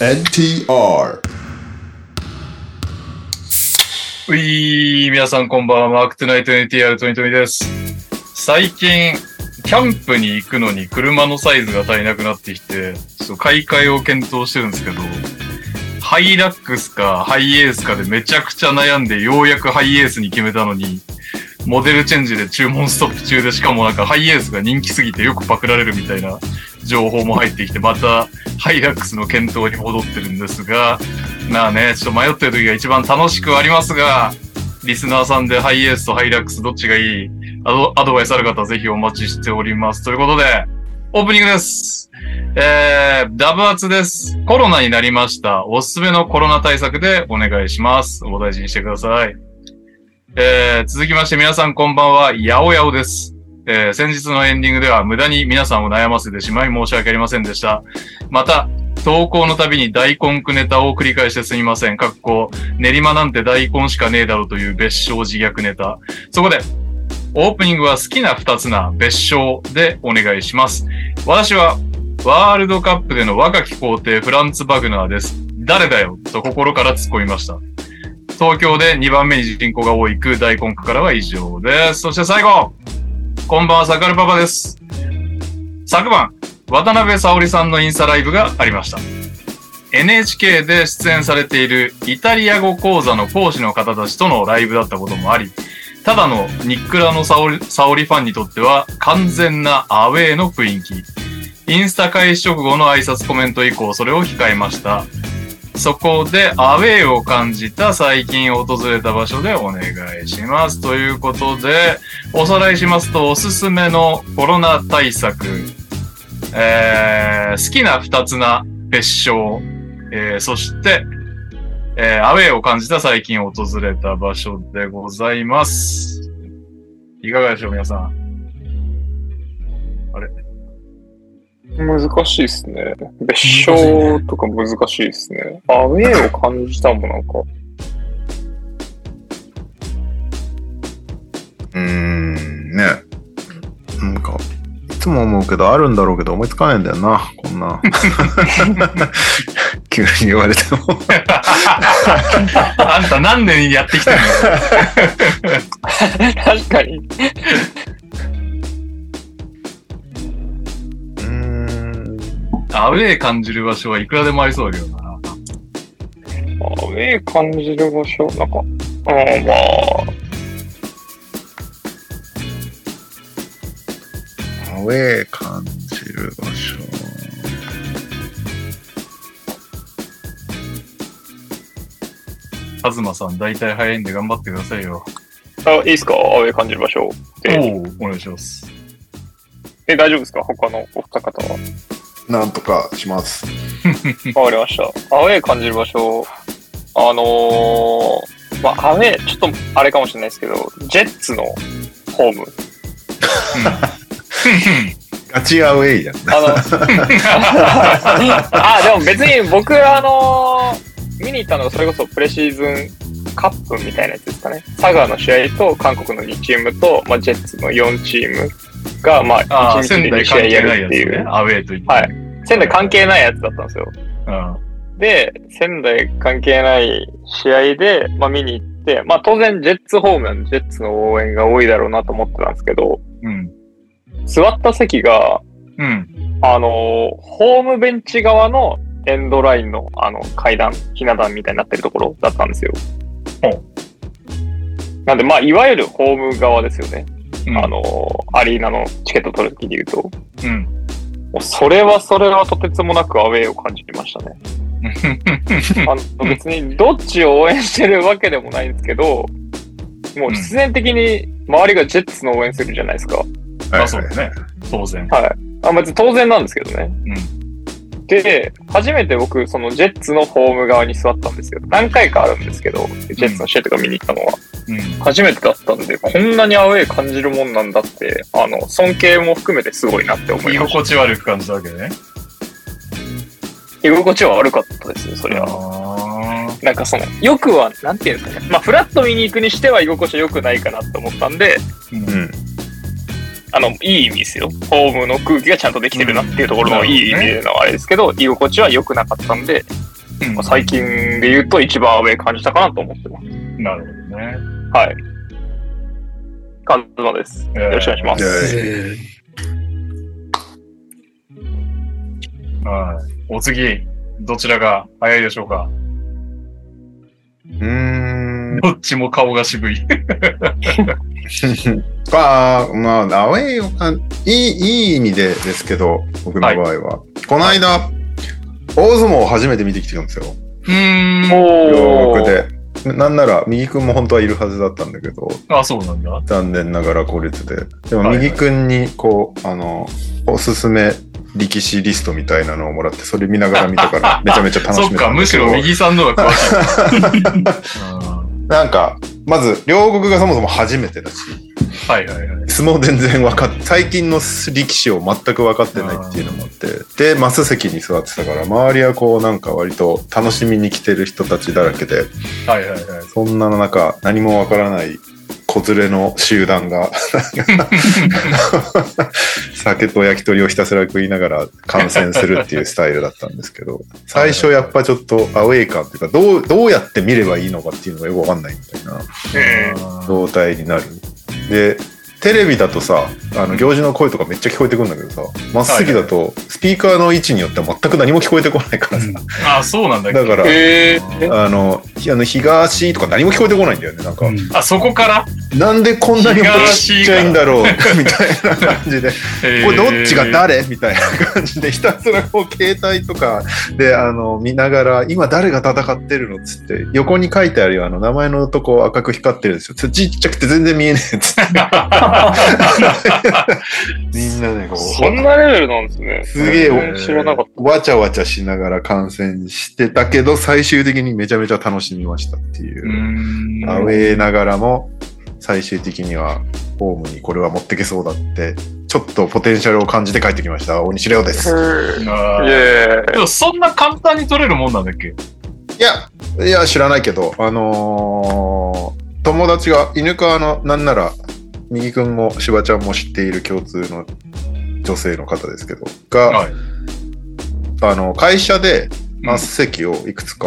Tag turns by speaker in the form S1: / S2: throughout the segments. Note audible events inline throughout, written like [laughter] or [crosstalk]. S1: NTR
S2: ういー、皆さんこんばんは。マークトゥナイト NTR トニトニです。最近、キャンプに行くのに車のサイズが足りなくなってきて、ちょっと買い替えを検討してるんですけど、ハイラックスかハイエースかでめちゃくちゃ悩んで、ようやくハイエースに決めたのに、モデルチェンジで注文ストップ中で、しかもなんかハイエースが人気すぎてよくパクられるみたいな情報も入ってきて、またハイラックスの検討に戻ってるんですが、まあね、ちょっと迷ってる時が一番楽しくはありますが、リスナーさんでハイエースとハイラックスどっちがいいアドアドバイスある方ぜひお待ちしております。ということで、オープニングです。えー、ダブアツです。コロナになりました。おすすめのコロナ対策でお願いします。お大事にしてください。えー、続きまして皆さんこんばんは、やおやおです。えー、先日のエンディングでは無駄に皆さんを悩ませてしまい申し訳ありませんでした。また、投稿のたびに大根くネタを繰り返してすみません。かっこ、練馬なんて大根しかねえだろうという別称自虐ネタ。そこで、オープニングは好きな二つな別称でお願いします。私は、ワールドカップでの若き皇帝フランツ・バグナーです。誰だよと心から突っ込みました。東京で2番目に人口が多い区大根区からは以上です。そして最後、こんばんは、サカルパパです。昨晩、渡辺沙織さんのインスタライブがありました。NHK で出演されているイタリア語講座の講師の方たちとのライブだったこともあり、ただのニックラの沙織沙織ファンにとっては完全なアウェーの雰囲気。インスタ開始直後の挨拶コメント以降それを控えました。そこでアウェーを感じた最近訪れた場所でお願いします。ということで、おさらいしますと、おすすめのコロナ対策、えー好きな二つな別称、えーそして、えーアウェーを感じた最近訪れた場所でございます。いかがでしょう、皆さ
S3: [laughs]
S2: ん。
S3: 難しいですね。別称とか難しいですね。アウェーを感じたもんなんか。
S4: うーん、ね。なんか、いつも思うけど、あるんだろうけど、思いつかないんだよな、こんな。 [laughs] 急に言われても。
S2: あんた何年やってきたの
S3: [laughs] 確かに。
S4: うーん。
S2: アウェー感じる場所はいくらでもありそうだけどな。
S3: アウェー感じる場所、なんか、うん、まあ、
S4: アウェー感じる場所。
S2: カズマさん、大体早いんで頑張ってくださいよ。
S3: あいいですかアウェー感じる場所。え
S2: おうお願いします。
S3: え、大丈夫ですか他のお二方は。
S1: なんとかします。
S3: わかりました。アウェー感じる場所、あのー、まあ、アウェー、ちょっとあれかもしれないですけど、ジェッツのホーム。
S4: ガチアウェイやん
S3: あの、 [laughs] あ、でも別に僕、あのー見に行ったのがそれこそプレシーズンカップみたいなやつですかね。佐賀の試合と韓国の2チームと、まあ、ジェッツの4チームが、まあ、
S2: ああ、
S3: 1日
S2: 仙
S3: で
S2: 台
S3: 2試
S2: 関
S3: 合
S2: 係
S3: や
S2: ない
S3: る
S2: や
S3: っ
S2: つ
S3: ていう
S2: ね。。アウェーと言って。
S3: はい。仙台関係ないやつだったんですよ。
S2: うん。
S3: で、仙台関係ない試合で、まあ、見に行って、まあ、当然ジェッツホームなんでジェッツの応援が多いだろうなと思ってたんですけど、
S2: うん。
S3: 座った席が、
S2: うん。
S3: あのーホームベンチ側のエンドラインのあの階段、ひな壇みたいになってるところだったんですよ。
S2: ほ
S3: なんで、まあ、いわゆるホーム側ですよね。
S2: うん
S3: あ、のーアリーナのチケット取るときで言うと。
S2: うん。
S3: もうそれはそれはとてつもなくアウェーを感じましたね。あの別にどっちを応援してるわけでもないんですけど、もう必然的に周りがジェッツの応援するじゃないですか。
S2: [laughs] まあそうだね。当然。
S3: はい。あ、まあ、当然なんですけどね。
S2: うん。
S3: で、初めて僕、そのジェッツのホーム側に座ったんですよ。何回かあるんですけど、ジェッツの試合とか見に行ったのは。
S2: うん。
S3: 初めてだったんで、こんなにアウェー感じるもんなんだって、あの、尊敬も含めてすごいなって思い
S2: 居
S3: ました。
S2: 心地悪く感じたわけね。
S3: 居心地は悪かったですね、そりゃ。
S2: あ
S3: なんかその、よくは、なんていうんですかね。まあ、フラット見に行くにしては居心地は良くないかなって思ったんで、
S2: ーう
S4: う
S2: ん
S4: ん。
S3: あの、いい意味ですよ。ホームの空気がちゃんとできてるなっていうところのいい意味でのあれですけど、居心地は良くなかったんで、まあ最近で言うと一番アウェー感じたかなと思ってます。
S2: なるほどね。
S3: はい。カズマです。よろしくお願いします。
S1: え
S2: はい。お次、どちらが早いでしょうか
S4: うーん。 [laughs]
S2: どっちも顔が渋い。
S4: まあ、まあ、アウェイをかんいい、いい意味でですけど、僕の場合は。この間、大相撲を初めて見てきてるんですよ。
S2: うーん。
S3: お
S4: 洋
S3: ー
S4: 楽で。なんなら、右くんも本当はいるはずだったんだけど、
S2: あ、そうなんだ。
S4: 残念ながら孤立で。でも、
S2: はいはい
S4: 右くんに、こう、あの、おすすめ力士リストみたいなのをもらって、それ見ながら見た
S2: [laughs]
S4: から、めちゃめちゃ楽しめた
S2: そっ
S4: んだけど。
S2: か、むしろ右さんの方が詳し
S3: [laughs]
S2: い。うん
S4: なんか、まず、両国がそもそも初めてだし、
S2: はいはいはい。
S4: 相撲全然分かっ最近の力士を全く分かってないっていうのもあって、で、マス席に座ってたから、周りはこう、なんか割と楽しみに来てる人たちだらけで、
S2: はいはいはい。
S4: そんな中、何もわからない子連れの集団が、酒と焼き鳥をひたすら食いながら観戦するっていうスタイルだったんですけど、最初やっぱちょっとアウェイ感っていうか、どう、どうやって見ればいいのかっていうのがよくわかんないみたいな
S3: え
S4: 状態になる。で、テレビだとさ、あの、行事の声とかめっちゃ聞こえてくるんだけどさ、真っ先だと、スピーカーの位置によっては全く何も聞こえてこないからさ、
S2: あ、そうなんだ。
S4: だから、
S3: えー、
S4: あの、ひあの東とか何も聞こえてこないんだよね、なんか。
S2: あ、そこから
S4: なんでこんなに音ちっちゃいんだろうみたいな感じで、こ
S2: えー
S4: れどっち
S2: [laughs]
S4: が誰みたいな感じで、ひたすらこう携帯とかであの見ながら、今誰が戦ってるのっつって、横に書いてあるよ、あの名前のとこ赤く光ってるんですよ。ちっちゃくて全然見えねえっつ
S3: [laughs]
S4: って。みんなでこ
S3: そん
S4: う、
S3: なレベルなんですね。
S4: すげえ
S3: 全然知らなかっ
S4: わちゃわちゃしながら観戦してたけど、最終的にめちゃめちゃ楽しみましたっていうう。
S2: ーん
S4: アウェーながらも最終的にはホームにこれは持ってけそうだってちょっとポテンシャルを感じて帰ってきました大西レオで
S3: た。
S4: す
S3: へ
S2: あ
S3: ー
S2: ー
S3: イエ
S2: でもそんな簡単に取れるもんなんだっけ
S4: いやいや知らないけどあのー友達が犬川のなんなら右くんも芝ちゃんも知っている共通の女性の方ですけどが、
S2: はい。
S4: あの会社で
S2: ん
S4: マス席をいくつ [laughs] か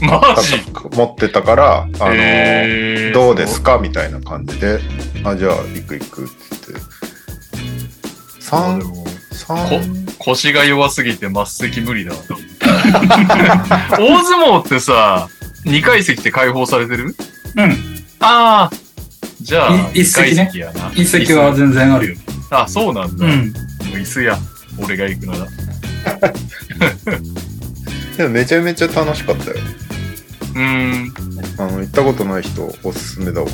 S2: マジ
S4: 持ってたから、あのー
S2: えー
S4: どうですかみたいな感じで、あ、じゃあ、行く行くって言って。
S2: あ
S4: 三
S2: で、も
S4: 三、 [laughs]
S2: 腰が弱すぎて末席無理だわ。
S4: [laughs]
S2: 大相撲ってさ、2階席って解放されてる
S5: うん。
S2: ああ。じゃあ、
S5: い一席ね
S2: 二階やな。
S5: 一席は全然あるよ。
S2: あ、そうなんだ。
S5: う
S2: も
S5: ん。
S2: う椅子や。俺が行くなら。
S4: でもめちゃめちゃ楽しかったよ。
S2: うん。
S4: あの、行ったことない人、おすすめだわ。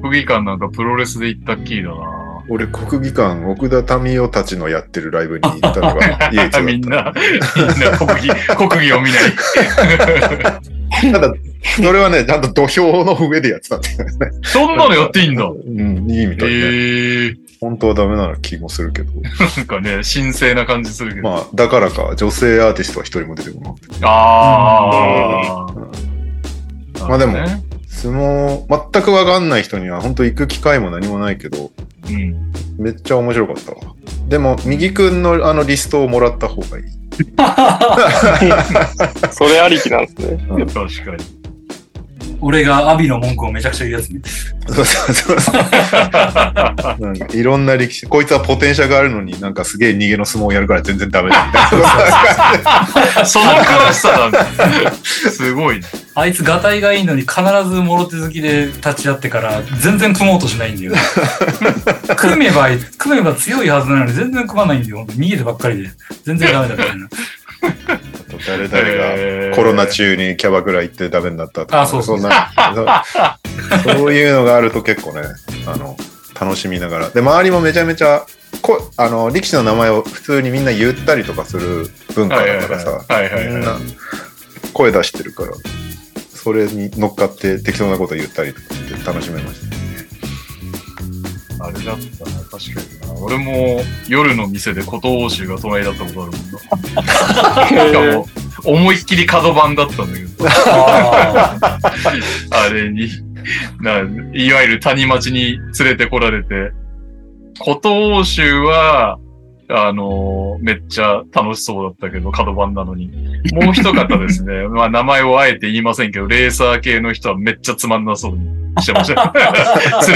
S2: 国技館なんかプロレスで行ったっきりだな。
S4: 俺、国技館、奥田民生たちのやってるライブに行った
S2: [laughs]
S4: のが唯一だった。
S2: みんな、みんな国技、国技を見ない。
S4: ただ、それはね、ちゃんと土俵の上でやってたんだよね。
S2: そんなのやっていいんだ。
S4: うん、 [laughs] いいみたいね。
S2: ええー。
S4: 本当はダメなの気もするけど。
S2: なんかね、神聖な感じするけど。
S4: まあ、だからか、女性アーティストは一人も出てこなかった。
S2: ああ、
S4: うん
S2: なるほどね
S4: まあでも相撲、全くわかんない人には、本当行く機会も何もないけど、
S2: うん。
S4: めっちゃ面白かったわ。でも、右くんのあのリストをもらった方がいい。 [laughs]
S3: ーそれありきなんですね。 [laughs]
S2: 確かに。
S5: 俺がアビの文句をめちゃくちゃ言うやつね。
S4: そうそうそうそう。なんかいろんな力士、こいつはポテンシャルがあるのになんかすげえ逃げの相撲をやるから全然ダメだ
S2: [laughs]
S4: みたいな。
S2: その詳しさなんだ。すごいね。
S5: あいつがたいがいいのに必ずもろ手好きで立ち会ってから全然組もうとしないんだよ。組めば、組めば強いはずなのに全然組まないんだよ。逃げてばっかりで。全然ダメだみたい
S4: あ
S5: な。
S4: と誰々
S2: え
S4: が
S2: ー
S4: コロナ。中にキャバクラ行ってダメになったとか。
S5: あそうそうん
S4: な。そそういうのがあると結構ね、あの、楽しみながら。で、周りもめちゃめちゃ、こあの、力士の名前を普通にみんな言ったりとかする文化
S2: [laughs] はいはい
S4: だか
S2: は
S4: らさ。
S2: い。は
S4: み
S2: いは
S4: ん
S2: いは
S4: な声出してるから、それに乗っかって適当なこと言ったりとかして楽しめました。
S2: い。あれだったな、確かにな。俺も夜の店で古東欧州が隣だったことあるも [laughs] んな。しかも、思いっきり角番だったんだけど、
S5: あ
S2: あれに、ないわゆる谷町に連れてこられて、古東欧州は、あのーめっちゃ楽しそうだったけど、角番なのに。もう一方ですね。 [laughs] まあ、名前をあえて言いませんけど、レーサー系の人はめっちゃつまんなそうにしてま
S4: [laughs]
S2: した。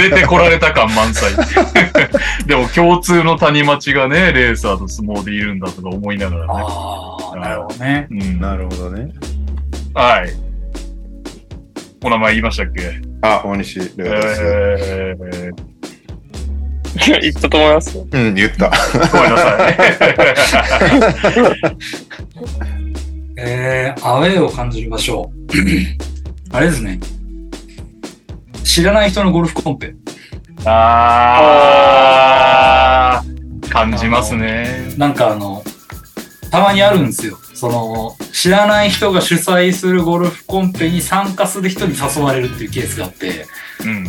S2: 連れてこられた感満載。 [laughs] でも、共通の谷町がね、レーサーと相撲でいるんだとか思いながらね。
S5: ああ、なるほどね。
S2: うん、
S4: なるほどね。
S2: はい。お名前言いましたっけ
S4: あ、大西亮太です、
S2: えー、
S3: いや言ったと思いますよ。
S4: うん、言った。
S2: ごめんな
S5: [laughs]
S2: さい。
S5: えー、アウェーを感じる場所。あれですね。知らない人のゴルフコンペ。
S2: あー、感じますね。
S5: なんかあの、たまにあるんですよ。その、知らない人が主催するゴルフコンペに参加する人に誘われるっていうケースがあって、
S2: うん。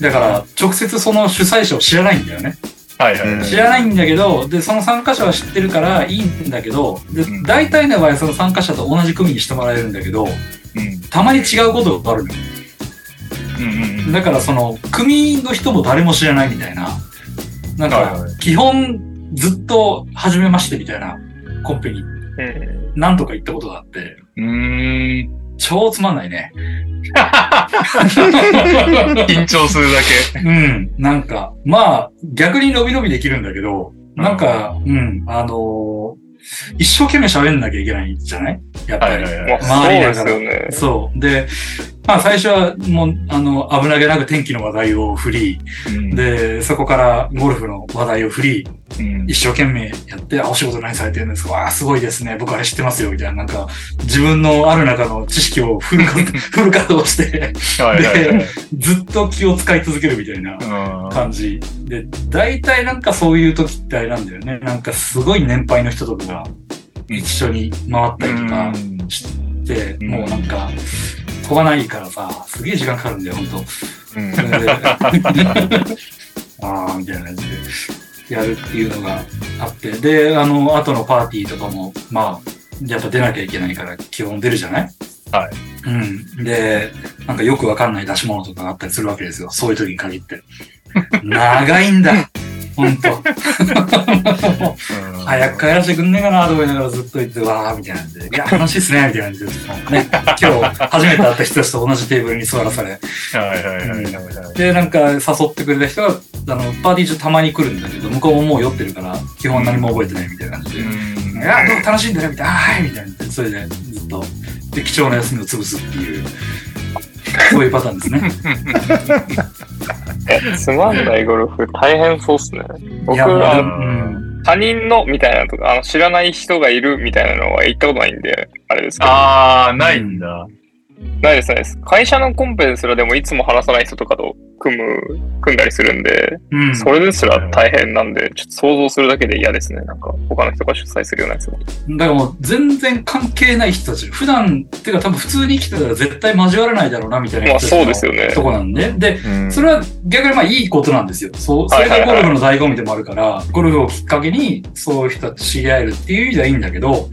S5: だから直接その主催者を知らないんだよね。
S2: はいはい。
S4: うん
S5: 知らないんだけど、で、その参加者は知ってるからいいんだけど、で
S2: うん、
S5: 大体の場合その参加者と同じ組にしてもらえるんだけど、
S2: うん。
S5: たまに違うことがあるのよ。
S2: うんうんうん。
S5: だからその、組の人も誰も知らないみたいな。なん
S2: はい
S5: か
S2: は、
S5: 基本ずっと初めましてみたいなコンペに
S3: うん。
S5: 何度か行ったことがあって、
S2: うーん。
S5: 超つまんないね。
S2: 緊張するだけ。
S5: うん。 [laughs] なんか、まあ、逆に伸び伸びできるんだけど、なんか、うん、あのー一生懸命喋んなきゃいけないじゃないやっぱ
S2: は
S5: り。
S2: いはい
S3: ま
S2: はい。
S3: あ、そうですよね。
S5: そう。で、まあ最初はもう、あの、危なげなく天気の話題を振り、
S2: うん
S5: で、そこからゴルフの話題を振り、
S2: うん
S5: 一生懸命やって、あ、お仕事何されてるんですかわあ、すごいですね。僕あれ知ってますよ。みたいな、なんか、自分のある中の知識をフル活
S2: [laughs]
S5: フル稼働して、
S2: はいはいはい。
S5: ずっと気を使い続けるみたいな感じ。で、大体なんかそういう時ってあれなんだよね。なんかすごい年配の人とかが一緒に回ったりとか
S2: うん
S5: して、
S2: うん
S5: もうなんか、飛ばないからさ、すげえ時間かかるんだよ、ほんと。
S4: うん
S5: それで [laughs] あーみたいな感じでやるっていうのがあって、で、あの、後のパーティーとかも、まあ、やっぱ出なきゃいけないから基本出るじゃない
S2: はい。
S5: うん。で、なんかよくわかんない出し物とかがあったりするわけですよ。そういう時に限って。長いんだ。ほんと。
S2: うん
S5: [laughs] 早く帰らせてくんねえかなと思いながらずっと言って、わーみたいなんで、いや、楽しいっすね、みたいな感じで、ね、今日初めて会った人たちと同じテーブルに座らされ、
S2: はいはいはいはいはい。
S5: で、なんか誘ってくれた人が、あの、パーティー中たまに来るんだけど、向こうももう酔ってるから、基本何も覚えてないみたいな感じで、 [laughs]
S2: うん
S5: いや、どうも楽しんでるみたいな、あーはい、みたいな。それで、ずっと、で、貴重な休みを潰すっていう、そういうパターン
S3: [laughs]
S5: ですね。
S3: つまんないゴルフ、大変そうっすね。
S5: い
S3: 僕
S5: や、もう
S3: は
S5: うん。
S3: 他人のみたいなとか、あの知らない人がいるみたいなのは行ったことないんで、あれですけど。
S2: あー、ないんだ。
S3: ないです、ないです。会社のコンペですらでもいつも話さない人とかと組む、組んだりするんで、
S5: うん。
S3: それですら大変なんで、ちょっと想像するだけで嫌ですね。なんか、他の人が主催するようなやつも。
S5: だからもう、全然関係ない人たち。普段、っていうか多分普通に生きてたら絶対交わらないだろうな、みたいな
S3: ま
S5: 人
S3: あ
S5: たち
S3: そ
S5: の
S3: うですよね。
S5: とこなんで。で、
S4: うん
S5: それは逆にまあいいことなんですよ。そう、それがゴルフの醍醐味でもあるから、ゴルフをきっかけにそういう人と知り合えるっていう意味ではいいんだけど、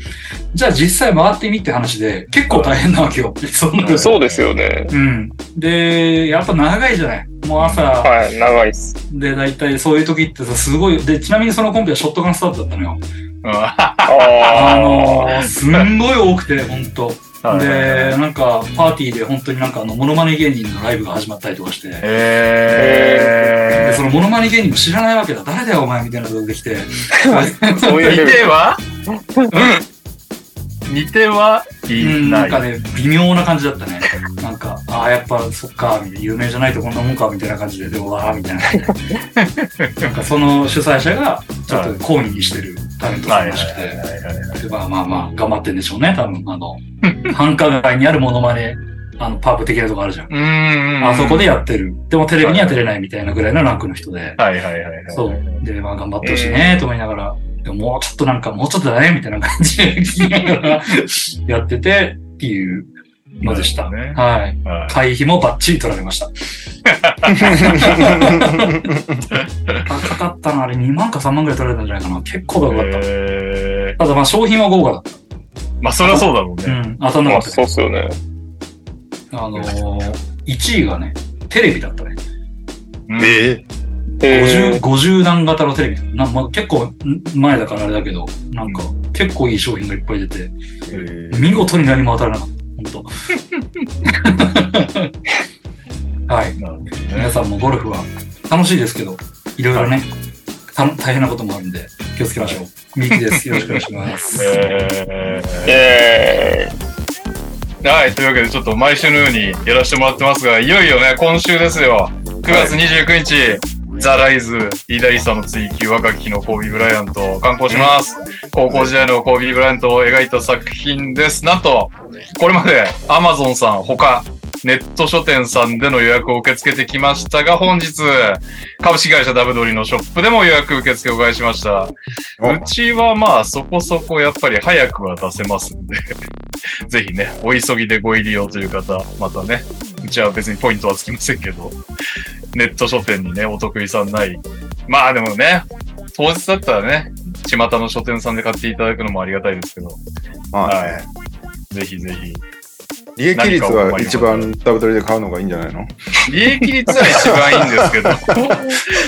S5: じゃあ実際回ってみって話で結構大変なわけよ。そんな
S2: はい
S3: そうですよね。
S5: うん。で、やっぱ長いじゃない。もう朝
S3: はい、長いっす。
S5: で大体そういう時ってさ、すごい、で、ちなみにそのコンペはショットガンスタートだったのよ。
S2: あ
S5: あの
S3: あ
S5: ー、すんごい多くて、ほんと。
S2: ー
S5: で、、なんかパーティーで本当になんかあの、モノマネ芸人のライブが始まったりとかして。で
S2: え
S5: そのモノマネ芸人も知らないわけだ。誰だよ、お前みたいなことがで
S2: [laughs]
S5: きて。
S3: ー、そ
S2: ー。
S3: ういうレ
S2: 似
S3: ベル。
S2: ては似てはい
S5: な
S2: なんい。
S5: かね、微妙な感じだったね。なんか、ああ、やっぱ、そっか、みたいな、有名じゃないとこんなもんか、みたいな感じで、でも、わあ、みたいな。
S2: [laughs]
S5: なんか、その主催者が、ちょっと抗議にしてるタレントさんらしくて、でまあまあまあ、頑張ってんでしょうね、多分、あの、繁華街にあるモノマネ、あの、パープ的なとこあるじゃん。
S2: うーん。
S5: あそこでやってる。でも、テレビには出れないみたいなぐらいのランクの人で。
S2: はいはいはいはい。
S5: そう。で、まあ頑張ってほしいね、と思いながら、でももうちょっとなんか、もうちょっとだね、みたいな感じで聞きながらやってて、っていうのでした。
S2: なるほど
S5: はい。
S2: は
S5: 会費もバッチリ取られました。
S4: [laughs]
S5: 高かったな、あれ2万か3万ぐらい取られたんじゃないかな。結構高かっ
S2: い。
S5: た。
S2: えー
S5: ただまあ商品は豪華だっ
S2: まあそりゃそうだろう
S5: た。う
S2: ね。
S5: ん、当たんな
S3: まあ、
S5: かったけ
S3: そうっすよね。
S5: ど。あのー、1位がね、テレビだったね。
S2: うん
S4: え
S3: え
S5: 50、50段型のテレビとかな、まあ、結構ん前だからあれだけど、なんか結構いい商品がいっぱい出て、見事に何も当たらなかった。本当。はい。
S2: なるほど
S5: 皆
S2: ね。
S5: さんもゴルフは楽しいですけど、いろいろね、た大変なこともあるんで、気をつけましょう。ミキです。よろしくお願い
S2: [laughs]
S5: します。
S2: えー
S3: ー、え
S2: はい、というわけでちょっと毎週のようにやらせてもらってますが、いよいよね、今週ですよ。9月29日、ザ・ライズ、イダイサの追求、若き日のコービー・ブライアントを刊行します。高校時代のコービー・ブライアントを描いた作品です。なんと、これまで Amazon さん、他、ネット書店さんでの予約を受け付けてきましたが、本日、株式会社ダブドリのショップでも予約受付を開始しました。
S4: お
S2: うちはまあそこそこやっぱり早くは出せますんで、 [laughs] ぜひね、お急ぎでご入り用という方、またね、うちは別にポイントはつきませんけど、ネット書店にね、お得意さんない。まあでもね、当日だったらね、巷の書店さんで買っていただくのもありがたいですけど、
S4: まあね、
S2: ぜひぜひ。
S4: 利益率は一番ダブドリで買うのがいいんじゃないの
S2: 利益率は一番いいんですけ [laughs] ど、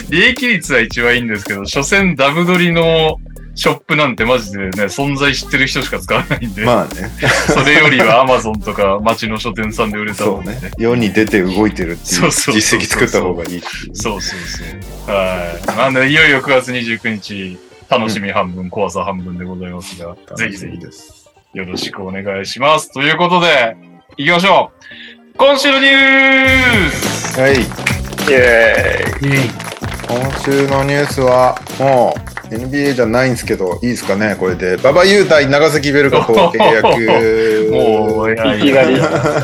S2: 利益率は一番いいんですけど、所詮ダブドリのショップなんてマジでね、存在知ってる人しか使わないんで、
S4: まあね、 [laughs]
S2: それよりは Amazon とか街の書店さんで売れた
S4: そう
S2: 方がね
S4: ね。。世に出て動いてるってい
S2: そううそうそうそう
S4: 実績作った方がいい。
S2: そうそうそう。はい。なんで、いよいよ9月29日、楽しみ半分、怖さ半分でございますが、ぜひぜひ
S4: です。
S2: よろしくお願いします。ということで、行きましょう今週のニュース。
S4: はい。
S3: ー、イエーイ
S5: イェイ
S4: 今週のニュースは、もう NBA じゃないんですけど、いいですかね、これで。馬場雄大、長崎ベルカと契約
S2: もう、
S3: いきなり。
S2: [laughs]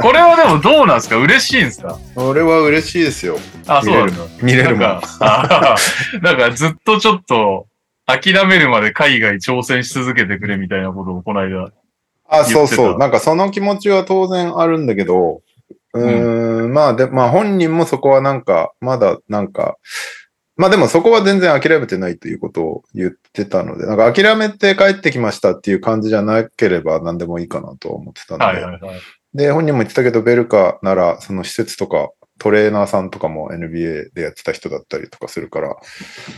S2: これはでもどうなんですか嬉しいんですか
S4: それは嬉しいですよ。
S2: あ、そうなんだ。
S4: 見れるも
S2: なんん。か、あーなんかずっとちょっと、諦めるまで海外挑戦し続けてくれみたいなことをこの間。
S4: あ、
S2: 言
S4: そ
S2: っ
S4: う
S2: てた
S4: そう。なんかその気持ちは当然あるんだけど、うーん、まあで、まあ本人もそこはなんか、まだなんか、まあでもそこは全然諦めてないということを言ってたので、なんか諦めて帰ってきましたっていう感じじゃなければ何でもいいかなとは思ってたので、
S2: はいはいはい。
S4: で、本人も言ってたけど、ベルカならその施設とか、トレーナーさんとかも NBA でやってた人だったりとかするから、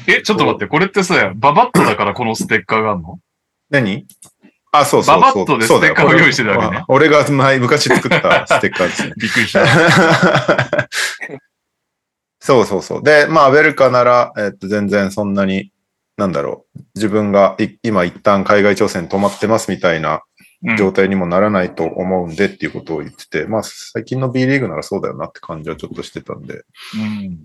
S2: え、ちょっと待って、これってさ、ババットだからこのステッカーがあるの
S4: 何あ、そうそうそう。
S2: ババットで
S4: そうだよ
S2: ステッカーを用意してたわけね
S4: 俺が前、昔作ったステッカーですね。
S2: [laughs] びっく
S4: [laughs]
S2: りした。
S4: そうそうそう。で、まあ、ウェルカなら、えっと、全然そんなに、なんだろう。自分がい今一旦海外挑戦止まってますみたいな
S2: うん
S4: 状態にもならないと思うんでっていうことを言ってて、まあ、最近の B リーグならそうだよなって感じはちょっとしてたんで。
S2: うん。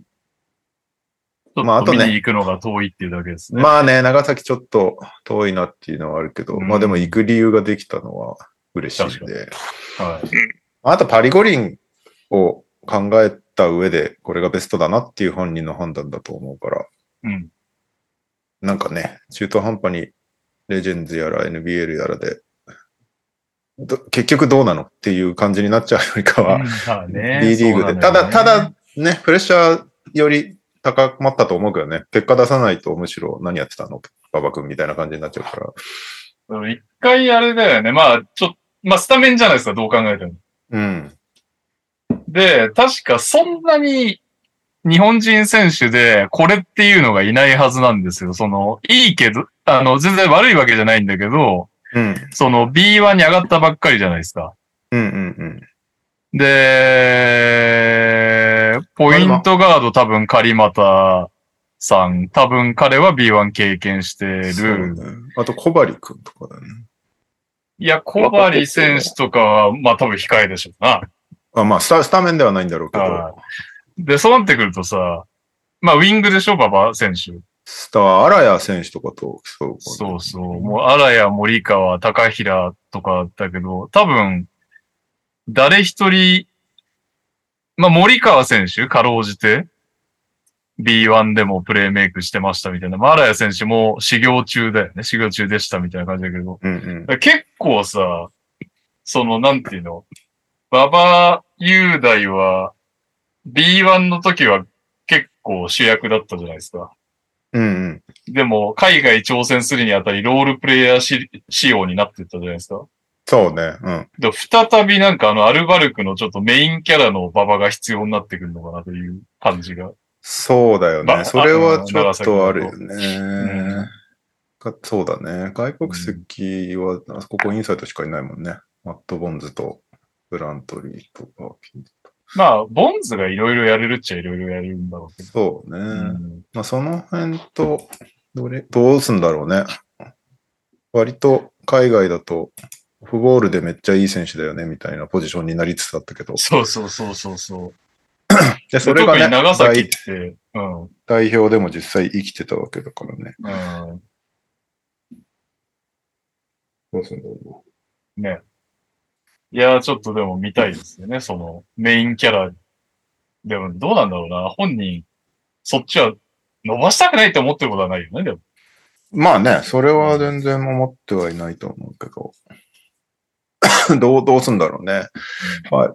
S4: まああ
S2: ちょっと
S4: と
S2: 見
S4: ね
S2: に行くのが遠いっていうだけですね。
S4: まあね、長崎ちょっと遠いなっていうのはあるけど、
S2: うん
S4: まあでも行く理由ができたのは嬉しいんで。
S2: はい。
S4: あとパリ五輪を考えた上で、これがベストだなっていう本人の判断だと思うから、
S2: うん。
S4: なんかね、中途半端にレジェンズやら NBL やらで、ど結局どうなのっていう感じになっちゃうよりかは、
S2: まあ
S4: B
S2: ね
S4: リーグで。ただ、た、だね、プレッシャーより高まったと思うけどね、結果出さないとむしろ何やってたの馬場君みたいな感じになっちゃうから。
S2: そうなんだよね一回あれだよね。まあ、ちょ、まあ、スタメンじゃないですか、どう考えても。
S4: うん。
S2: で、確かそんなに日本人選手でこれっていうのがいないはずなんですよ。その、いいけど、あの、全然悪いわけじゃないんだけど、
S4: うん。
S2: その B1 に上がったばっかりじゃないですか。
S4: うんうん
S2: で、ポイントガード多分狩俣さん、多分彼は B1 経験して
S4: うん。
S2: る。
S4: そうねあと小針君とかだね。
S2: いや、小針選手とかは、まあ多分控えでしょうな。
S4: あまあスタ、スタメンではないんだろうけ
S2: は
S4: ど、
S2: で、そうなってくるとさ、まあウィングでしょ、馬場選手。
S4: スター、荒谷選手とかと、そう、
S2: そうそう。もう、荒谷、森川、高平とかだけど、多分、誰一人、まあ、森川選手、かろうじて、B1 でもプレイメイクしてましたみたいな。まあ、荒谷選手も修行中だよね。修行中でしたみたいな感じだけど。
S4: うんうん
S2: だ。から結構さ、その、なんていうの、馬場雄大は、B1 の時は結構主役だったじゃないですか。
S4: うんうん。
S2: でも、海外挑戦するにあたり、ロールプレイヤーし仕様になっていったじゃないですか。
S4: そうね。うん。
S2: で、再びなんかあの、アルバルクのちょっとメインキャラの馬場が必要になってくるのかなという感じが。
S4: そうだよ
S2: まあ
S4: ね。それはちょっ
S2: あの
S4: とあるよね。
S2: う
S4: かそうだね。外国籍は、あここインサイトしかいないもんね。マット・ボンズとブラントリーとパーキン
S2: まあ、ボンズがいろいろやれるっちゃいろいろやれるんだろうけど。
S4: そうね。
S2: うん
S4: まあ、その辺と、どれ、どうすんだろうね。割と海外だと、オフボールでめっちゃいい選手だよね、みたいなポジションになりつつあったけど。
S2: そうそうそうそうそう。
S4: で、それが
S2: 特
S4: ね
S2: に長崎っ
S4: 代、
S2: て、うん。うん。
S4: 代表でも実際生きてたわけだからね。どうすんだろうな。
S2: いやー、ちょっとでも見たいですよね、そのメインキャラ。でもどうなんだろうな、本人、そっちは伸ばしたくないって思ってることはないよね、でも。
S4: まあね、それは全然思ってはいないと思うけど。 [coughs] どう、どうすんだろうね。はい。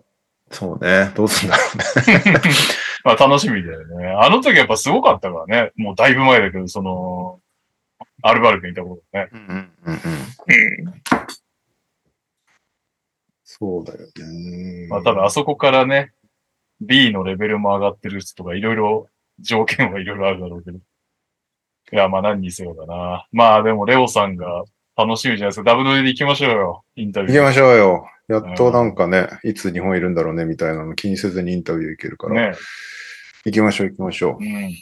S4: そうね。どうすんだろうね。
S2: まあ楽しみだよね。あの時やっぱすごかったからね、もうだいぶ前だけど、その、アルバルクにいたことね。
S4: うんうんうん。そうだよね。
S2: まあただあそこからね、B のレベルも上がってる人とか、いろいろ条件はいろいろあるだろうけど。いや、まあ何にせよだな。まあでもレオさんが楽しみじゃないですか。ダブルで行きましょうよ、インタビュー。
S4: 行きましょうよ。やっとなんかね、いつ日本いるんだろうねみたいなの気にせずにインタビュー行けるから。
S2: ね。
S4: 行きましょう行きましょ
S2: うん。
S4: う。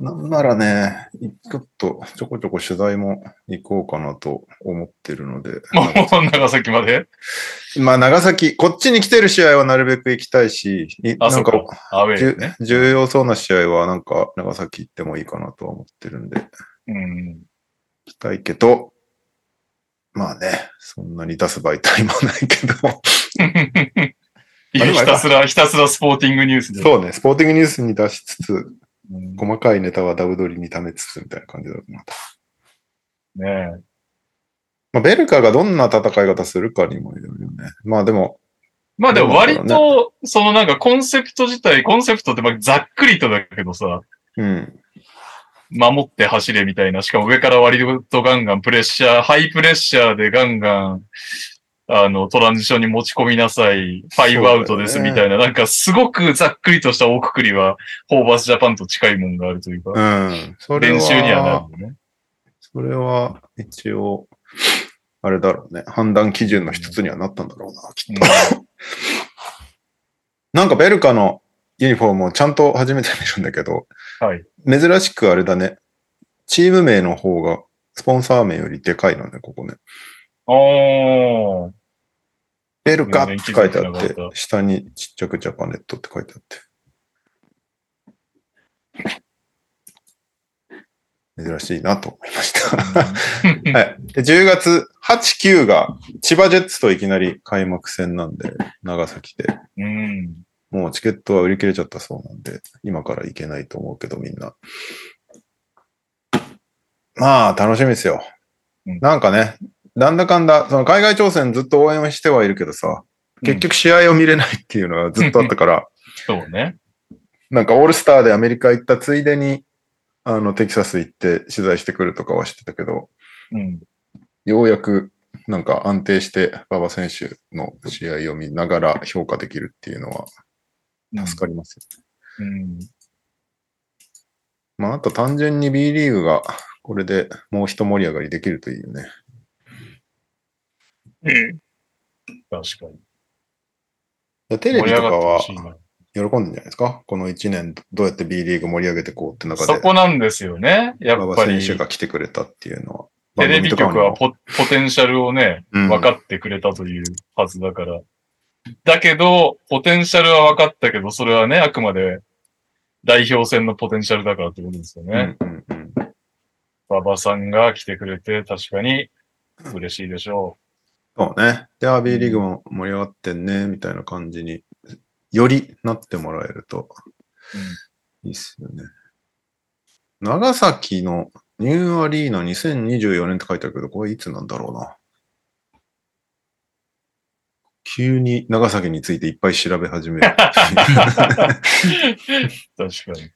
S4: なんならね、ちょっとちょこちょこ取材も行こうかなと思ってるので。
S2: もう長崎まで
S4: まあ長崎、こっちに来てる試合はなるべく行きたいし、い
S2: あ、
S4: な
S2: そ
S4: ん
S2: う
S4: か
S2: か。アウェ
S4: じゅ
S2: イね。
S4: 重要そうな試合はなんか長崎行ってもいいかなとは思ってるんで、行
S2: うん。
S4: きたいけど、まあね、そんなに出す媒体もないけど、
S2: いや [laughs] ひたすら、ひたすらスポーティングニュースで。
S4: そうね、スポーティングニュースに出しつつ、
S2: うんね
S4: 細かいネタはダブドリに溜めつつみたいな感じだろうなと。
S2: え
S4: まあ、ベルカがどんな戦い方するかにもよるよね。まあでも、
S2: まあでも割
S4: どうなんだ
S2: と、そのなんかコンセプト自体、コンセプトってまあざっくりとだけどさ、
S4: うん。
S2: 守って走れみたいな、しかも上から割とガンガンプレッシャー、ハイプレッシャーでガンガン、あの、トランジションに持ち込みなさい、ファイブアウトですみたいな、なんかすごくざっくりとした大くくりは、ホーバスジャパンと近いもんがあるというか、
S4: うん。それは
S2: 練習にはなるよね。
S4: それは一応、あれだろうね。判断基準の一つにはなったんだろうな、きっと。なんかベルカのユニフォームをちゃんと初めて見るんだけど、
S2: はい
S4: 珍しくあれだね。チーム名の方が、スポンサー名よりでかいのね、ここね。
S2: おー。
S4: ベルカって書いてあっ
S2: 全然気づい
S4: て
S2: てなかっ、
S4: 下にちっちゃくジャパネットって書いてあって。珍しいなと思いました。はい。で10月8、9が千葉ジェッツといきなり開幕戦なんで、長崎で。
S2: うん。
S4: もうチケットは売り切れちゃったそうなんで、今から行けないと思うけど、みんな。まあ、楽しみですよ。
S2: うん
S4: なんかね、なんだかんだ、その海外挑戦ずっと応援はしてはいるけどさ、結局試合を見れないっていうのはずっとあった
S2: [laughs]
S4: から、
S2: そうね。
S4: なんかオールスターでアメリカ行ったついでに、あの、テキサス行って取材してくるとかはしてたけど、
S2: うん。
S4: ようやくなんか安定して馬場選手の試合を見ながら評価できるっていうのは助かりますよ。
S2: うん。
S4: まあ、あと単純に B リーグがこれでもう一盛り上がりできるといいよね。
S3: うん。
S2: 確かに。
S4: テレビとかは
S2: 盛り上がってほしいな
S4: 喜んでんじゃないですかこの1年どうやって B リーグ盛り上げてこうって中
S2: そ
S4: で
S2: こなんですよね。や
S4: 馬
S2: っ
S4: 場
S2: ぱ
S4: 選
S2: り、
S4: 手
S2: テ
S4: が来てくれたっていうのは。
S2: レビ局はポポ [laughs] テンシャルをね、
S4: 分
S2: 分かってくれたというはずだから。だけど、ポテンシャルは分かったけど、それはね、あくまで代表戦のポテンシャルだからってことですよね。
S4: うんうんうん
S2: 馬場さんが来てくれて、確かに嬉しいでし
S4: [laughs]
S2: ょ
S4: そうね。で、あ B リーグも盛り上がってんね、みたいな感じに、よりなってもらえると、いいっすよね。長崎のニューアリーナ2024年って書いてあるけど、これいつなんだろうな。急に長崎についていっぱい調べ始め
S3: [laughs]
S4: る。
S2: う。確かに。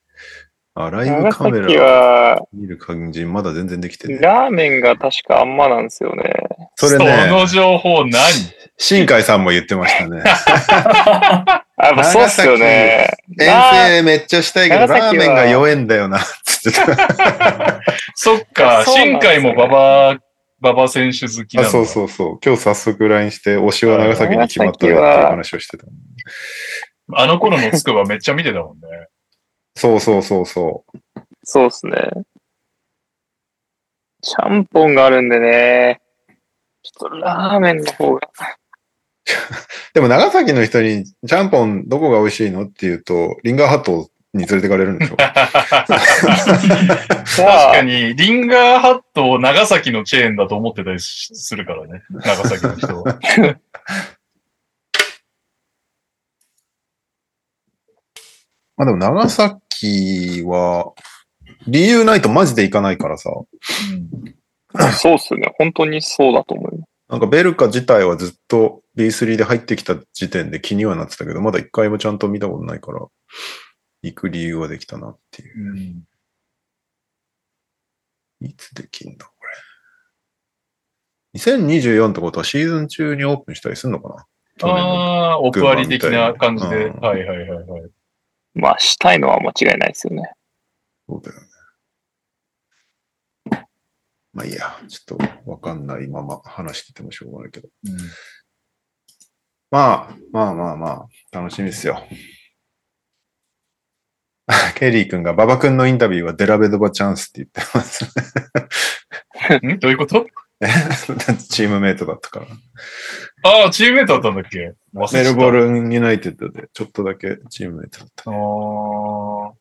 S4: あ、ライブ
S3: 長
S4: カメ
S3: 崎
S4: ラ
S3: は、
S4: 見る感じ、まだ全然できてない。
S3: ラーメンが確かあんまなんですよね。
S4: それ
S2: その
S4: ね、
S2: 情報何
S3: [laughs]
S4: 新海さんも言ってましたね。
S3: あやっぱそうっすよね。
S4: 遠征めっちゃしたいけど、
S3: 長崎
S4: ラ
S3: は
S4: ーメンが弱えんだよな、つってた。
S2: そっか、
S3: そうな
S2: 新
S3: んですよね
S2: 海も馬場、馬場選手好きな
S4: あ
S2: んだ。
S4: そうそうそう。今日早速 LINE して、推しは長崎に決まったよっていう話をしてた。
S2: あの頃のつくばめっちゃ見てたもんね。
S4: そうそうそうそう。
S3: そうっすね。ちゃんぽんがあるんでね。ちょっとラーメンの方が。
S4: でも長崎の人に、ちゃんぽんどこが美味しいのって言うと、リンガーハットに連れてかれるんでしょ
S3: じ
S2: 確
S3: ゃ
S2: か
S3: あ、
S2: に、リンガーハットを長崎のチェーンだと思ってたりしするからね。長崎の人
S4: [laughs]
S2: は。
S4: まあでも長崎は、理由ないとマジで行かないからさ。
S3: そうっすね。本当にそうだと思います。
S4: なんかベルカ自体はずっと B3 で入ってきた時点で気にはなってたけど、まだ一回もちゃんと見たことないから、行く理由はできたなっていう。
S2: うん
S4: いつできんだ、これ。2024ってことはシーズン中にオープンしたりするのかな去年の
S2: ああ、オプアリ的な感じで。
S4: うん
S2: はいはいはいはい。
S3: まあ、したいのは間違いないですよね。
S4: そうだよね。まあいいや、ちょっとわかんないまま話しててもしょうがないけど。
S2: うん
S4: まあ、まあまあまあ、楽しみですよ。 [laughs] ケリー君が、馬場君のインタビューはデラベドバチャンスって言ってますね。 [laughs]
S2: んどういうこと
S4: チームメイトだったから。
S2: ああ、チームメイトだったんだっけ忘れて
S4: メル
S2: た
S4: ボルンユナイテッドでちょっとだけチームメイトだった。
S2: あー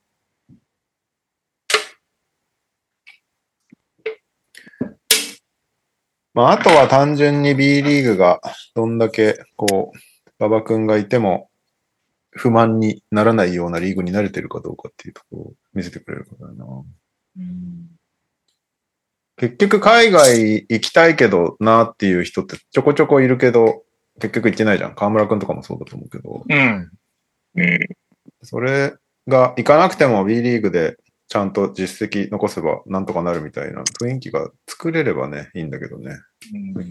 S4: まあ、あとは単純に B リーグがどんだけこう、馬場君がいても不満にならないようなリーグに慣れてるかどうかっていうところを見せてくれることだな。結局海外行きたいけどなっていう人ってちょこちょこいるけど、結局行ってないじゃん。河村君とかもそうだと思うけど、
S2: うん。
S3: うん。
S4: それが行かなくても B リーグでちゃんと実績残せばなんとかなるみたいな雰囲気が作れればね、いいんだけどね。
S2: うん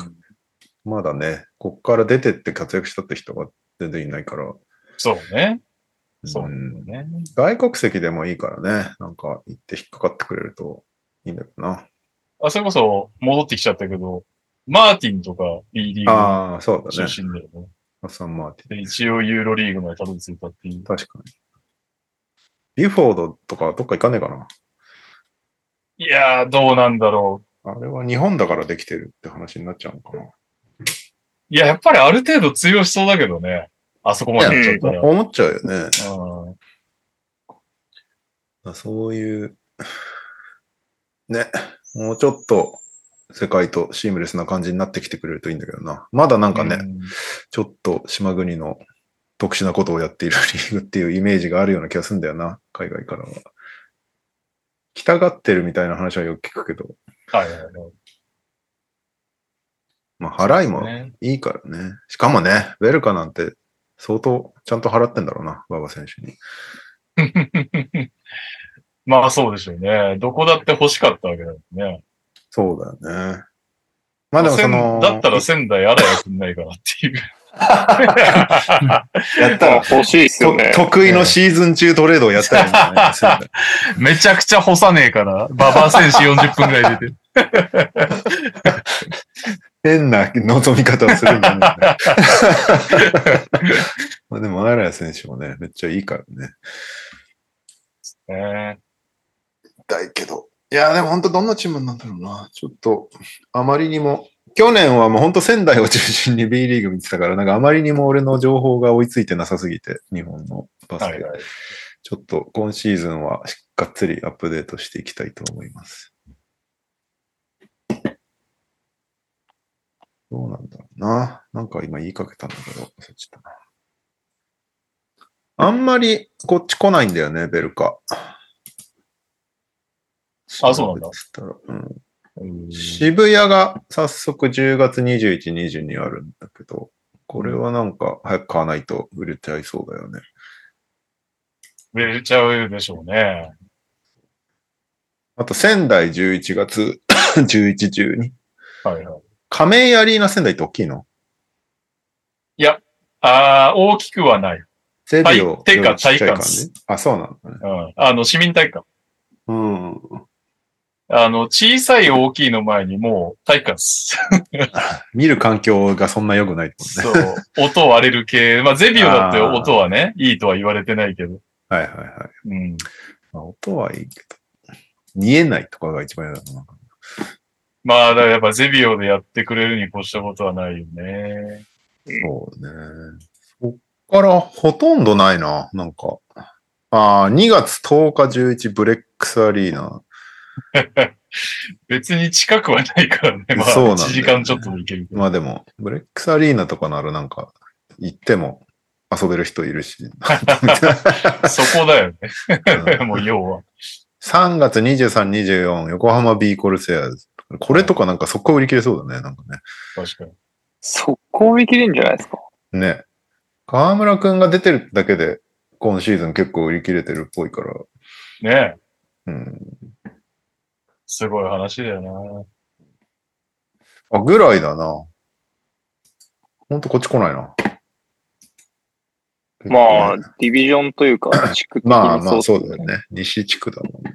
S4: まだね、こっから出てって活躍したって人が全然いないから、
S2: そうね。そうう
S4: うん
S2: ね。
S4: 外国籍でもいいからね、なんか行って引っかかってくれるといいんだけどな。
S2: あ、それこそ戻ってきちゃったけど、マーティンとか B リー
S4: ああ、そう
S2: グ
S4: だ
S2: 出
S4: ね。
S2: 身だよね。
S4: アサン・マーティン。
S2: で一応ユーロリーグまでたどり着いたっていう。
S4: 確かに。ビュフォードとかどっか行かねえかな。
S2: いやー、どうなんだろう。
S4: あれは日本だからできてるって話になっちゃうのかな。
S2: いや、やっぱりある程度通用しそうだけどね。あそこまでやっちゃったら。
S4: 思っちゃうよね。
S2: うん
S4: そういう、ね、もうちょっと世界とシームレスな感じになってきてくれるといいんだけどな。まだなんかね、
S2: うん
S4: ちょっと島国の特殊なことをやっているリーグっていうイメージがあるような気がするんだよな、海外からは。来たがってるみたいな話はよく聞くけど、
S2: はいはいはい
S4: まあ、払いも
S2: ね
S4: いいからね。しかもね、ウェルカなんて相当ちゃんと払ってんだろうな、馬場選手に。
S2: まあそうでしょうね。どこだって欲しかったわけだもんね。
S4: そうだよね。まあでもそ
S2: 仙
S4: の、
S2: だったら仙台あらやくんないからっていう。
S4: やった
S3: ま
S4: ら
S3: あ、欲しいっすよね。
S4: と得意のシーズン中トレードをやったらいいんじゃないです
S3: [laughs]
S4: か [laughs]
S2: めちゃくちゃ干さねえから、馬場選手40分ぐらい
S4: [laughs]
S2: 出て。
S4: 変な望み方をするんじゃない [laughs] まあでも、アラヤ選手もね、めっちゃいいからね。
S2: ね
S4: だいけど。いや、でも本当どんなチームなんだろうな。ちょっと、あまりにも、去年はもう本当仙台を中心に B リーグ見てたから、なんかあまりにも俺の情報が追いついてなさすぎて、日本のバスケ。
S2: はいはい。
S4: ちょっと今シーズンはがっつりアップデートしていきたいと思います。どうなんだろうな。なんか今言いかけたんだけど、忘れちゃったな。あんまりこっち来ないんだよね、ベルカ。
S2: あそうなんだ
S4: つったらうん
S2: うん
S4: 渋谷が早速10月21、22あるんだけど、これはなんか早く買わないと売れちゃいそうだよね。
S2: 売れちゃうでしょうね。
S4: あと仙台11月 [coughs] 11、12。
S2: はいはい。
S4: 亀井アリーナ仙台って大きいの
S2: ああ、大きくはない。
S4: ゼビオ。
S2: 体体感
S4: よりちっちゃい
S2: 体感
S4: 感じあ、そうなんだね。
S2: うん。あの、市民体育館。
S4: うん。
S2: あの、小さい大きいの前にもう体育館っす。
S4: 見る環境がそんな良くないもんね。
S2: そう。音割れる系。まあ、ゼビオだって
S4: あー
S2: 音はね、いいとは言われてないけど。
S4: はいはいはい。
S2: うん。
S4: まあ、音はいいけど。見えないとかが一番嫌だな。
S2: まあ、だからやっぱゼビオでやってくれるに越したことはないよね。
S4: そうね。そっからほとんどないな、なんか。ああ、2月10日11ブレックスアリーナ。
S2: 別に近くはないからね。まあ、
S4: そうなん
S2: 1
S4: だよね
S2: 時間ちょっとで行けるけど。
S4: まあでも、ブレックスアリーナとかならなんか、行っても遊べる人いるし。 [laughs]
S2: そこだよ
S4: う
S2: ね。もう要は。
S4: 3月23、24、横浜 B コルセアーズ。これとかなんか速攻売り切れそうだね、なんか
S2: 確かに。
S3: そこを見切れんじゃないですか。
S4: ね。ね。河村くんが出てるだけで、今シーズン結構売り切れてるっぽいから。
S2: ね
S4: う
S2: え。
S4: ん。
S2: すごい話だよな。
S4: あ、ぐらいだな。ほんとこっち来ないな。
S3: まあ、ディビジョンというか、地区的に
S4: まあまあ、
S3: そ
S4: そううだよね。西地区だもんね。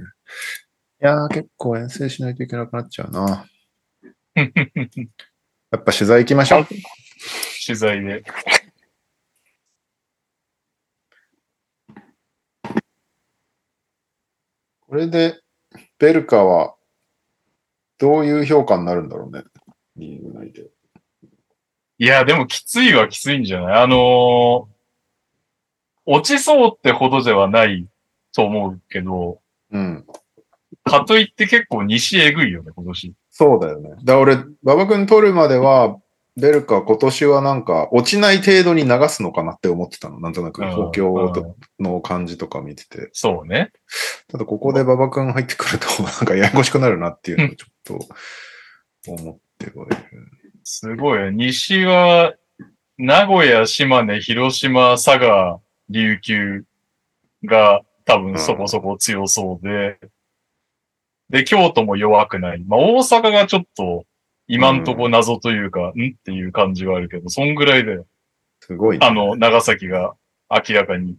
S4: いやー、結構遠征しないといけなくなっちゃう [laughs] な。やっぱ取材行きましょう。
S2: 取材で。
S4: これで、ベルカは、どういう評価になるんだろうね。リーグ内で。
S2: いや、でもきついはきついんじゃないあのー落ちそうってほどではないと思うけど、
S4: うん。
S2: かといって結構西えぐいよね、今年。
S4: そうだよね。だから俺、馬場君取るまでは、ベルカ今年はなんか、落ちない程度に流すのかなって思ってたの。なんとなく、補強
S2: う
S4: と
S2: ん
S4: の感じとか見てて。
S2: そうね。
S4: ただここで馬場君入ってくると、なんかややこしくなるなっていうのをちょっと思ってはいる。
S2: すごいよ。西は、名古屋、島根、広島、佐賀、琉球が多分そこそこ強そうで、で、京都も弱くない。まあ、大阪がちょっと、今んとこ謎というか、んっていう感じはあるけど、そんぐらいだよ。
S4: すごい、ね。
S2: あの、長崎が明らかに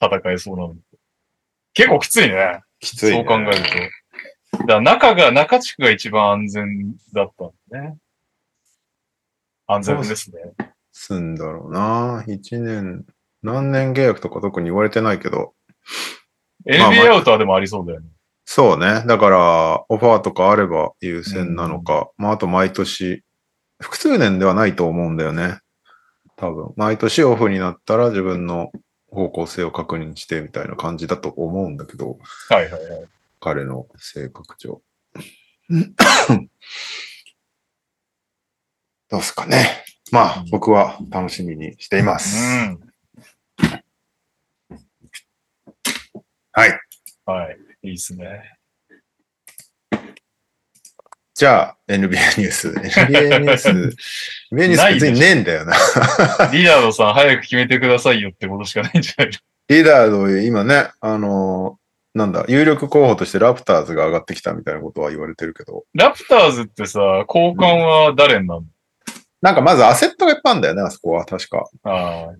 S2: 戦えそうなの。結構きついね。
S4: きつい、ね。
S2: そう考えると。だから中が、中地区が一番安全だったんだね。安全ですね。
S4: すんだろうな。一年、何年契約とか特に言われてないけど。まあまあ
S2: NBA アウトはでもありそうだよね。
S4: そうね。だから、オファーとかあれば優先なのか。まあ、あと毎年、複数年ではないと思うんだよね。多分。毎年オフになったら自分の方向性を確認してみたいな感じだと思うんだけど、
S2: はいはいはい。
S4: 彼の性格
S2: [coughs]
S4: 上。どうすかね。まあ、僕は楽しみにしています。
S2: うん。
S4: はい。
S2: はい。いいですね。
S4: じゃあ、NBA ニュース。NBA ニュー
S2: [laughs]
S4: ス。NBA ニュース
S2: ないでし
S4: 別
S2: ょ
S4: にねえんだよな。
S2: リラードさん早く決めてくださいよってことしかないんじゃないの [laughs]
S4: リーダーの今ね、あのーなんだ、有力候補としてラプターズが上がってきたみたいなことは言われてるけど、
S2: ラプターズってさ、交換は誰になるの、
S4: なんかまずアセットがいっぱいあるんだよね、あそこは確か。
S2: ああ、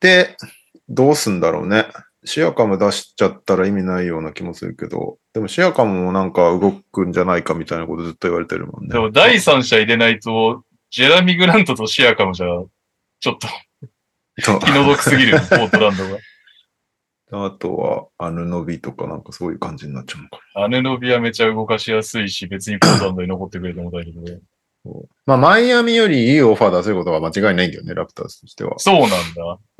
S4: で、どうすんだろうね。シアカム出しちゃったら意味ないような気もするけど、でもシアカムもなんか動くんじゃないかみたいなことずっと言われてるもんね。
S2: でも第三者入れないと、ジェラミ・グラントとシアカムじゃ、ちょっと
S4: そう
S2: 気の毒すぎるよ、ポートランドが。
S4: あとは、アヌノビとかなんかそういう感じになっちゃうのか。
S2: アネノビはめちゃ動かしやすいし、別にポートランドに残ってくれても大丈夫で。
S4: まあ、マイアミよりいいオファー出せることは間違いないんだよね、ラプターズとしては。
S2: そうなんだ。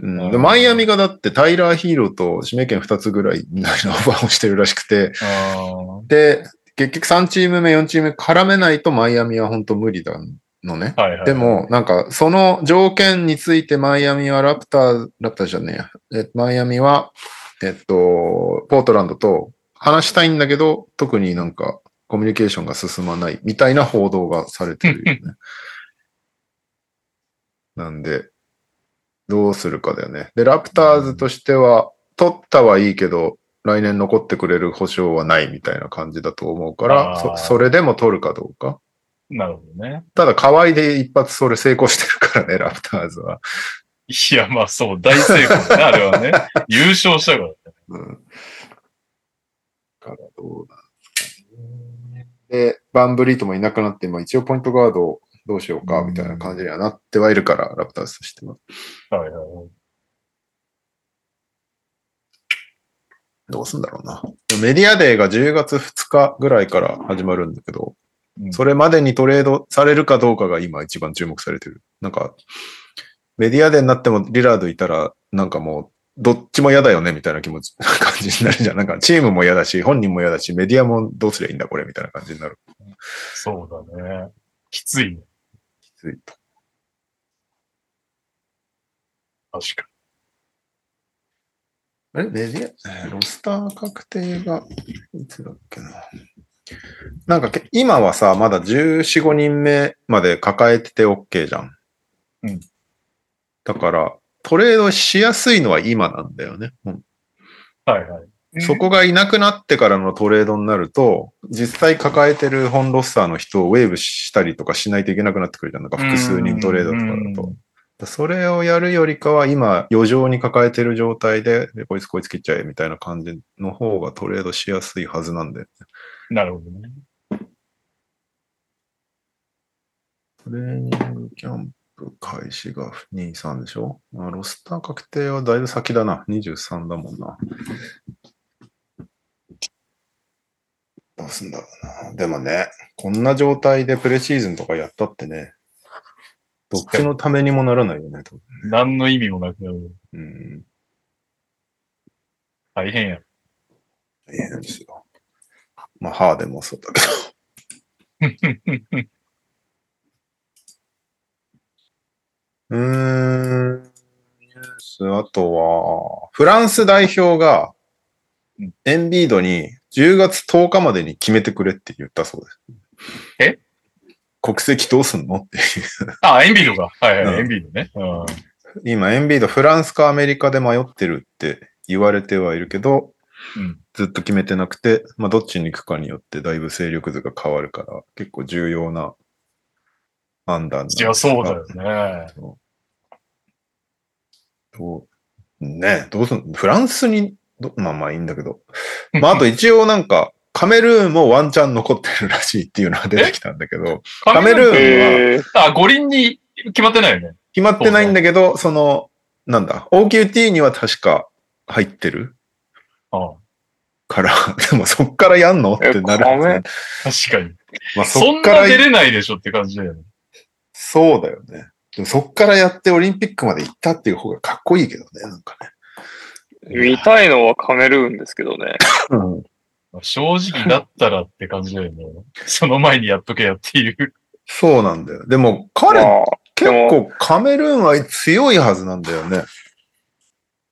S4: うん
S2: うん
S4: で、マイアミがだってタイラーヒーローと指名権2つぐらいみたいなオファーをしてるらしくて、
S2: あ
S4: で、結局3チーム目、4チーム目絡めないとマイアミは本当無理だのね。
S2: ーはいはい。
S4: で、も、なんか、その条件についてマイアミはラプター、ラプターじゃねえや。えマイアミは、えっと、ポートランドと話したいんだけど、特になんかコミュニケーションが進まないみたいな報道がされてるよね。 [laughs] なんで、どうするかだよね。で、ラプターズとしては、取ったはいいけど、来年残ってくれる保証はないみたいな感じだと思うから、
S2: あー
S4: そそれでも取るかどうか。
S2: なるほどね。
S4: ただ、河合で一発それ成功してるからね、ラプターズは。
S2: いや、まあそう、大成功だね、あれ
S4: [laughs]
S2: はね。優勝したから。
S1: うん。からどうなんですかね。で、バンブリートもいなくなって、今一応ポイントガードをどうしようか、みたいな感じにはなってはいるから、ラプターズとしては。
S2: はいはいはい。
S1: どうすんだろうな。
S4: メディアデーが10月2日ぐらいから始まるんだけど、
S2: うん
S4: それまでにトレードされるかどうかが今一番注目されてる。なんか、メディアデーになってもリラードいたら、なんかもう、どっちも嫌だよねみたいな気持ち、 [laughs] 感じになるじゃん。なんか、チームも嫌だし、本人も嫌だし、メディアもどうすりゃいいんだこれみたいな感じになる。
S2: そうだね。きついね。
S4: きついと。
S2: 確か
S1: あれメディア、えーロスター確定が、いつだっけな。
S4: なんかけ、今はさ、まだ14、5人目まで抱えてて OK じゃん。
S2: うん。
S4: だから、トレードしやすいのは今なんだよね。うん
S2: に。はいはい。
S4: そこがいなくなってからのトレードになると、実際抱えてる本ロスターの人をウェーブしたりとかしないといけなくなってくるじゃん。なんか複数人トレードとか
S2: うん
S4: だと。だからそれをやるよりかは、今、余剰に抱えてる状態で、でこいつこいつ切っちゃえみたいな感じの方がトレードしやすいはずなんで、
S2: なるほどね。
S4: トレーニングキャンプ開始が2、3でしょあロスター確定はだいぶ先だな。23だもんな。
S1: どうすんだろうな。でもね、こんな状態でプレシーズンとかやったってね、
S4: どっちのためにもならないよね、多分
S2: 何の意味もなくなる。
S1: うん、
S2: 大変や。
S1: 大変なんですよ。
S4: まあ、ハーデンもそうだ
S2: [laughs]
S4: けど。うーん。ニュース、あとは、フランス代表が
S2: うん、
S4: エンビードに10月10日までに決めてくれって言ったそうです。
S2: え
S4: 国籍どうすんのって。
S2: あ、エンビードか。はいは
S4: う
S2: い、
S4: ん
S2: エンビードね。うん。
S4: 今、エンビード、フランスかアメリカで迷ってるって言われてはいるけど、
S2: うん
S4: ずっと決めてなくて、まあ、どっちに行くかによってだいぶ勢力図が変わるから、結構重要な判断なんです
S2: い
S4: が
S2: や、そうだよね。
S4: どうねどうすんフランスにど、まあまあいいんだけ
S2: [laughs]
S4: ど。まああと一応なんか、カメルーンもワンチャン残ってるらしいっていうのが出てきたんだけど、カメルーンは
S3: えー、
S2: あ、五輪に決まってないよね。
S4: 決まってないんだけど、その、なんだ、OQT には確か入ってる
S2: あ
S4: から、 [laughs] でもそっからやんのってなる
S3: え
S4: ん
S3: ごめ
S4: で
S3: ん
S2: 確かに。
S4: すね。まあ
S2: そ
S4: そっ
S2: ん
S4: か
S2: な
S4: ら
S2: 出、れないでしょって感じだよね。
S1: そうだよね。でもそっからやってオリンピックまで行ったっていう方がかっこいいけどね、なんかね。
S3: 見たいのはカメルーンですけどね。
S4: うん
S2: まあ正直だったらって感じだよ
S4: [laughs]
S2: ね。その前にやっとけやっていう。
S4: そうなんだよ。でも
S3: ま
S4: 彼
S3: あ、
S4: 結
S3: で
S4: 構カメルーンは強いはずなんだよね。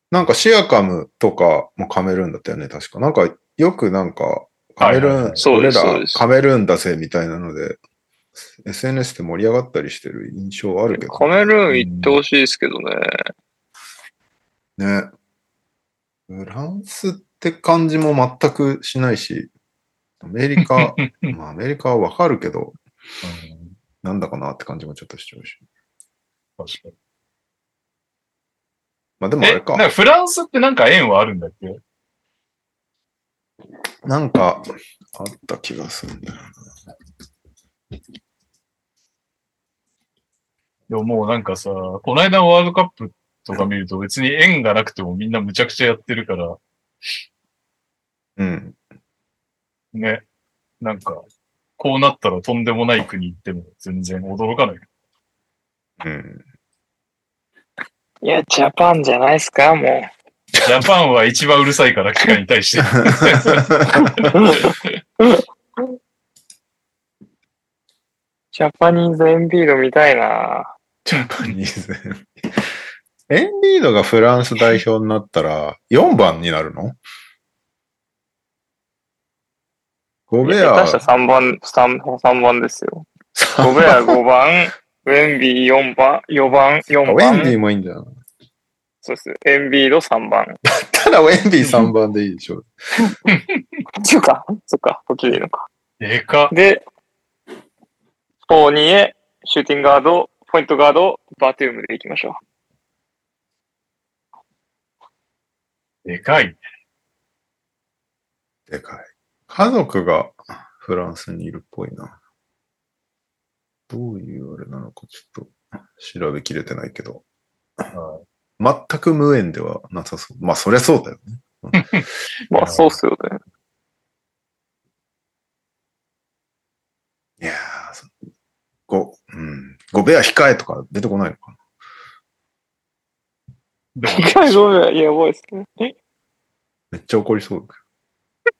S4: なんかシアカムとかもカメルーンだったよね、確か。なんかよくなんかカメルーン、
S2: はいはいはい
S3: そう
S4: 俺
S3: です
S4: ら
S3: そうです
S4: カメルーンだぜみたいなので、SNS で盛り上がったりしてる印象はあるけど。
S3: カメルーン行ってほしいですけどね。
S4: ね。フランスって感じも全くしないし、アメリ
S2: [laughs]
S4: カ、まあアメリカはわかるけど、
S2: うん
S4: なんだかなって感じもちょっとしちゃうし。
S2: 確かに。
S4: まあでもあ
S2: え、
S4: れ
S2: なんかフランスってなんか縁はあるんだっけ
S4: なんか、あった気がするんだよな。
S2: でももうなんかさ、この間のワールドカップとか見ると別に縁がなくてもみんなむちゃくちゃやってるから、
S4: うん。
S2: ね。なんか、こうなったらとんでもない国行っても全然驚
S4: [laughs]
S2: かない。
S4: うん。 [laughs]
S3: いや、ジャパンじゃないですか、も
S2: ジャパンは一番うるさいから、機械に対して。
S4: [laughs]
S3: [laughs] ジャパニーズエンビード見たいな。
S4: エンリードがフランス代表になったら、4番になるのゴベ
S3: 下
S4: ア
S3: 手し、たら3番、三三番ですよ。ゴベ
S4: [laughs]
S3: ア5番、ウェンビー4番、4番、
S4: ウェ
S3: 4
S4: ン
S3: 番。
S4: ディもいいんじゃない
S3: そうです。エンビード3番。
S4: [laughs] ただウェンディ3番でいいでしょ。
S3: そうか、そうか、こっちでいいのか。
S2: でかっ。
S3: で、フォーニエ、シューティングガード、ポイントガード、バトゥームでいきましょ
S2: でかい。
S6: でかい。家族がフランスにいるっぽいな。どういうあれなのかちょっと調べきれてないけど。全く無縁ではなさそう。まあそりゃそうだよね。
S3: まあ、そうっすよね。
S6: いやー、そご、うん。ごべは控えとか出てこないのかな。
S2: でも
S3: 機械ごめん、やばいっすね。
S6: めっちゃ怒りそう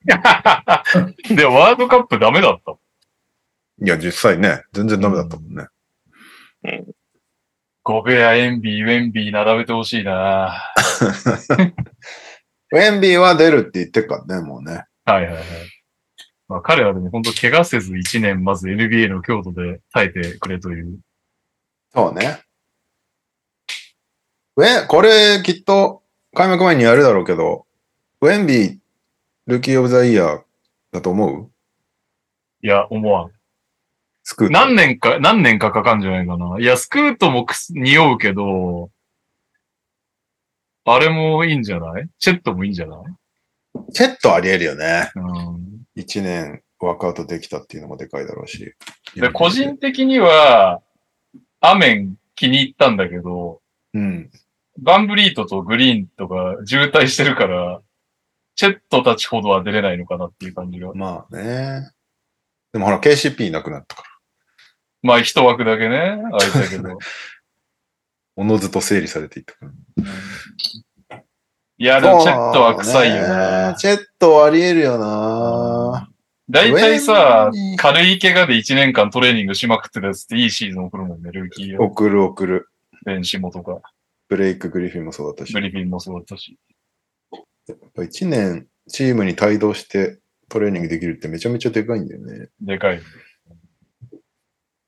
S6: だけ
S2: で、ワールドカップダメだった。
S6: ど。いや、実際ね、全然ダメだったもんね。
S2: ゴベア、エンビー、ウェンビー並べてほしいな
S4: ウェンビーは出るって言ってっからね、もうね。
S2: はいはいはい。まあ彼はでも本当怪我せず1年まず NBA の強度で耐えてくれという。
S4: そうね。ウェン、これきっと開幕前にやるだろうけど、ウェンビー、ルーキーオブザイヤーだと思う
S2: いや、思わん。
S4: スクート。
S2: 何年か、何年かかかんじゃないかな。いや、スクートもくす匂うけど、あれもいいんじゃないチェットもいいんじゃない
S4: チェットありえるよね。
S2: うん。
S4: 1年ワークアウトできたっていうのもでかいだろうし。
S2: で、個人的には、アメン気に入ったんだけど、
S4: うん。
S2: バンブリートとグリーンとか渋滞してるから、チェットたちほどは出れないのかなっていう感じが。
S4: まあね。でもほら、KCP いなくなったから。
S2: まあ、一枠だけね、あれだけど。
S6: おのずと整理されていったから。
S2: いや、でもチェットは臭いよ
S4: そうね
S2: な。
S4: チェットありえるよな。
S2: 大体
S4: ウェ
S2: さ
S4: ンビー、
S2: 軽い怪我で1年間トレーニングしまくってたやつっていいシーズン送るもんね、ルーキー、
S4: 送る送る。
S2: 練習もとか、
S4: ブレイク・グリフィンもそうだったし。
S2: ブリフィンもそうだったし。
S4: 1年チームに帯同してトレーニングできるってめちゃめちゃでかいんだよね。
S2: でかい。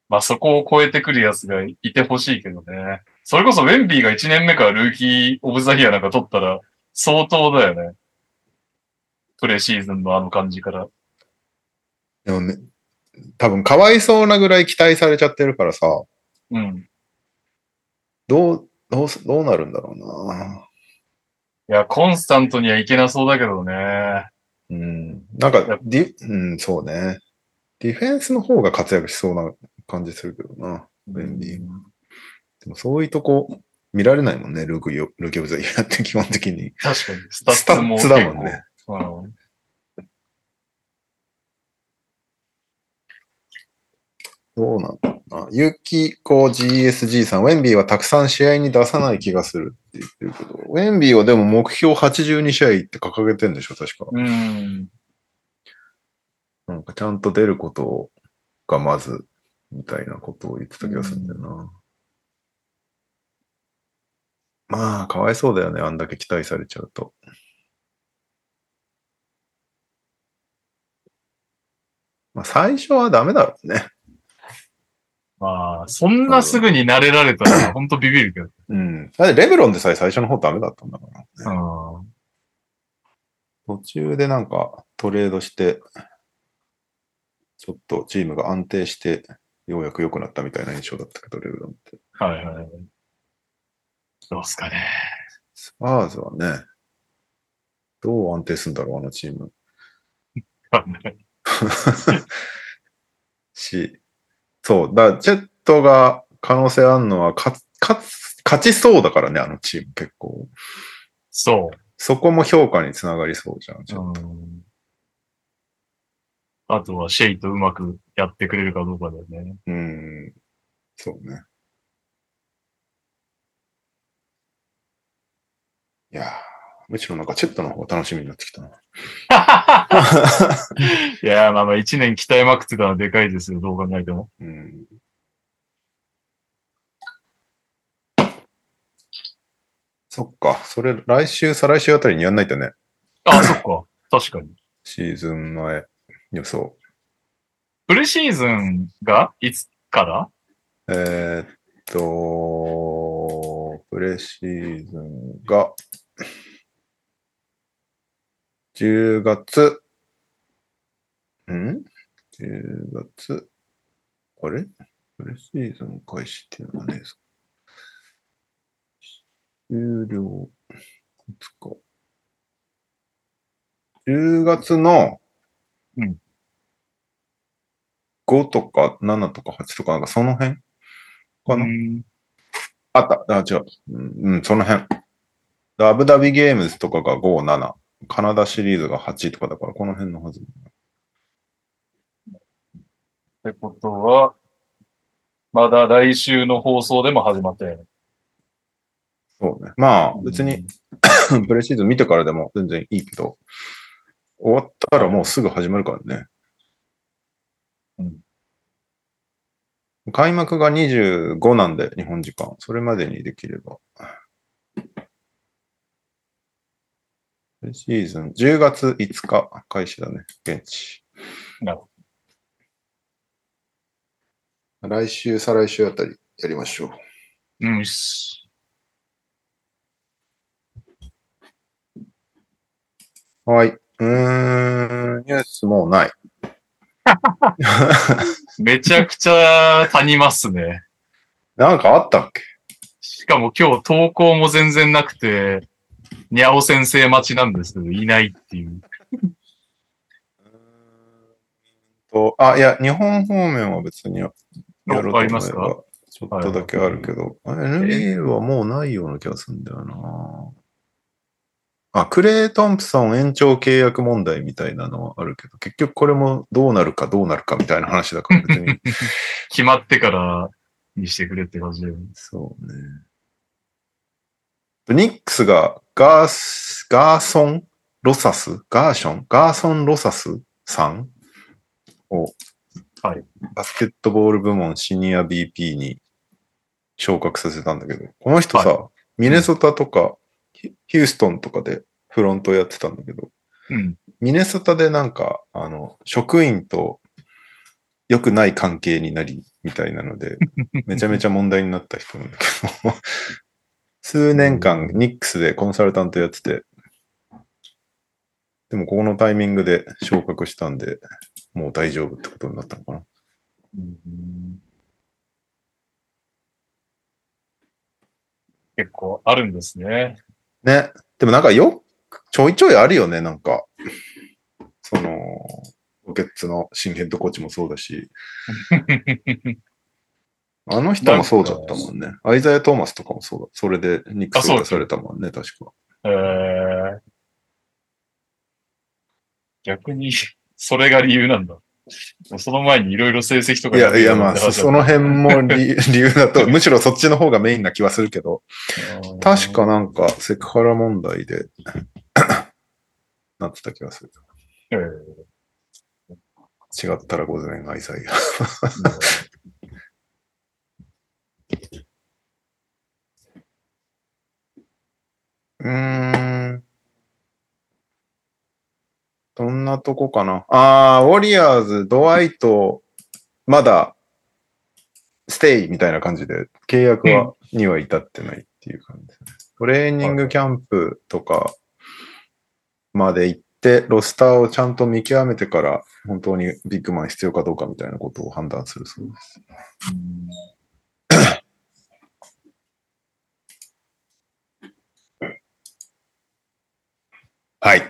S2: まあ、そこを超えてくるやつがいてほしいけどね。それこそウェンビーが1年目からルーキーオブザイヤーなんか取ったら相当だよね。プレシーズンのあの感じから。
S4: でもね、多分かわいそうなぐらい期待されちゃってるからさ、
S2: うん。
S4: どう、どうす、どうなるんだろうない
S2: や、コンスタントにはいけなそうだけどね。
S4: うん。なんか、ディ、うん、そうね。ディフェンスの方が活躍しそうな感じするけどな。便利。でもそういうとこ見られないもんね、ルーク・ルーキーオブザイヤーって基本的に。
S2: 確かに。スタ
S4: スタ
S2: ッツも
S4: ッ
S2: 結
S4: ツ
S2: 構。
S4: だもんね。
S2: うん。
S4: どうなんだろうな。ゆきこ GSG さん、ウェンビーはたくさん試合に出さない気がするって言ってるけど、ウェンビーはでも目標82試合って掲げてんでしょ、確か。
S2: うん。
S4: なんかちゃんと出ることがまず、みたいなことを言ってた気がするんだよな。まあ、かわいそうだよね、あんだけ期待されちゃうと。まあ、最初はダメだろうね。
S2: まあ、そんなすぐに慣れられた [coughs] ら、ほんとビビるけど。
S4: うん。だってレブロンでさえ最初の方ダメだったんだから。
S2: うん。
S4: 途中でなんかトレードして、ちょっとチームが安定して、ようやく良くなったみたいな印象だったけど、レブロンって。
S2: はいはい。どうすかね。 [laughs]
S4: スパーズはね、どう安定するんだろう、あのチーム。
S2: わかんない
S4: し、そう、だからジェットが可能性あるのは勝つ、勝つ、勝ちそうだからね、あのチーム結構。
S2: そう。
S4: そこも評価につながりそうじゃん。ちょっ
S2: うんあとはシェイとうまくやってくれるかどうかだよね。
S4: とうん、そうね。いやー、むしろなんかチェットの方が楽しみになってきたな。
S2: いやーまあまあ一年鍛えまくってたのはでかいですよ、どう考えても。
S4: うん。そっか、それ来週、再来週あたりにやんないとね。
S2: [coughs] あ、そっか。確かに。
S4: シーズン前予想。
S2: プレシーズンがいつから
S4: えーっと、プレシーズンが10月、ん ?10 月、あれプレシーズン開始っていうのはね、終了、いつか。 10月の
S2: うん
S4: 5とか7とか8とか、なんかその辺かな、
S2: うん
S4: あった。あ、違う。うん、うんその辺。アブダビゲームズとかが5、7。カナダシリーズが8とかだから、この辺のはず。
S2: ってことは、まだ来週の放送でも始まってない。
S4: そうね。まあ、別に、 [laughs] プレシーズン見てからでも全然いいけど、終わったらもうすぐ始まるからね。開幕が25なんで、日本時間。それまでにできれば。プレシーズン10月5日開始だね、現地。
S2: なるほ
S7: 来週、再来週あたりやりましょう。
S2: ど。うん、し
S4: はい。うーん、ニュースもうない。
S2: めちゃくちゃ谷ますね。
S4: なんかあったっけ
S2: しかも今日投稿も全然なくて、にゃお先生待ちなんですけど、いないっていう。
S4: と、あ、いや、日本方面は別にややろうと思
S2: あ
S4: え
S2: ります
S4: ば
S2: か、
S4: ちょっとだけあるけど、あ NBA はもうないような気がするんだよな。あ、クレイ・トンプソン延長契約問題みたいなのはあるけど、結局これもどうなるかどうなるかみたいな話だから別に。
S2: 決まってからにしてくれって感じで。
S4: そうね。ニックスがガース、ガーソン・ロサス、ガーション、ガーソン・ロサスさんを、
S2: はい
S4: バスケットボール部門シニア BP に昇格させたんだけど、この人さ、ミネソタとかヒヒューストンとかでフロントやってたんだけど、
S2: うん。
S4: ミネソタでなんか、あの、職員と良くない関係になり、みたいなので、めちゃめちゃ問題になった人なんだけど、数年間ニックスでコンサルタントやってて、でもここのタイミングで昇格したんで、もう大丈夫ってことになったのかな。
S2: 結構あるんですね。
S4: ね。でもなんかよ、ちょいちょいあるよね、なんか。その、ロケッツの新ヘッドコーチもそうだ [laughs] し。あの人もそうだったもんね。アイザヤ・トーマスとかもそうだ。それでニックスを出されたもんね、確か。
S2: えー、逆に、それが理由なんだ。もうその前にいろいろ成績とか
S4: いやいや、ま
S2: や
S4: あ、
S2: ってた
S4: そそ
S2: って話
S4: の辺も理理由 [laughs] だと、むしろそっちの方がメインな気はするけど、
S2: だった
S4: 確。かなんかセクハラ問題で [coughs] なってた気がする。
S2: えー
S4: 違ったら午前アイザヤ。うーん。どんなとこかな。ああ、ウォリアーズ、ドワイト、まだ、ステイみたいな感じで、契約は、には至ってないっていう感じですね。トレーニングキャンプとかまで行って、ロスターをちゃんと見極めてから、本当にビッグマン必要かどうかみたいなことを判断するそうです。はい。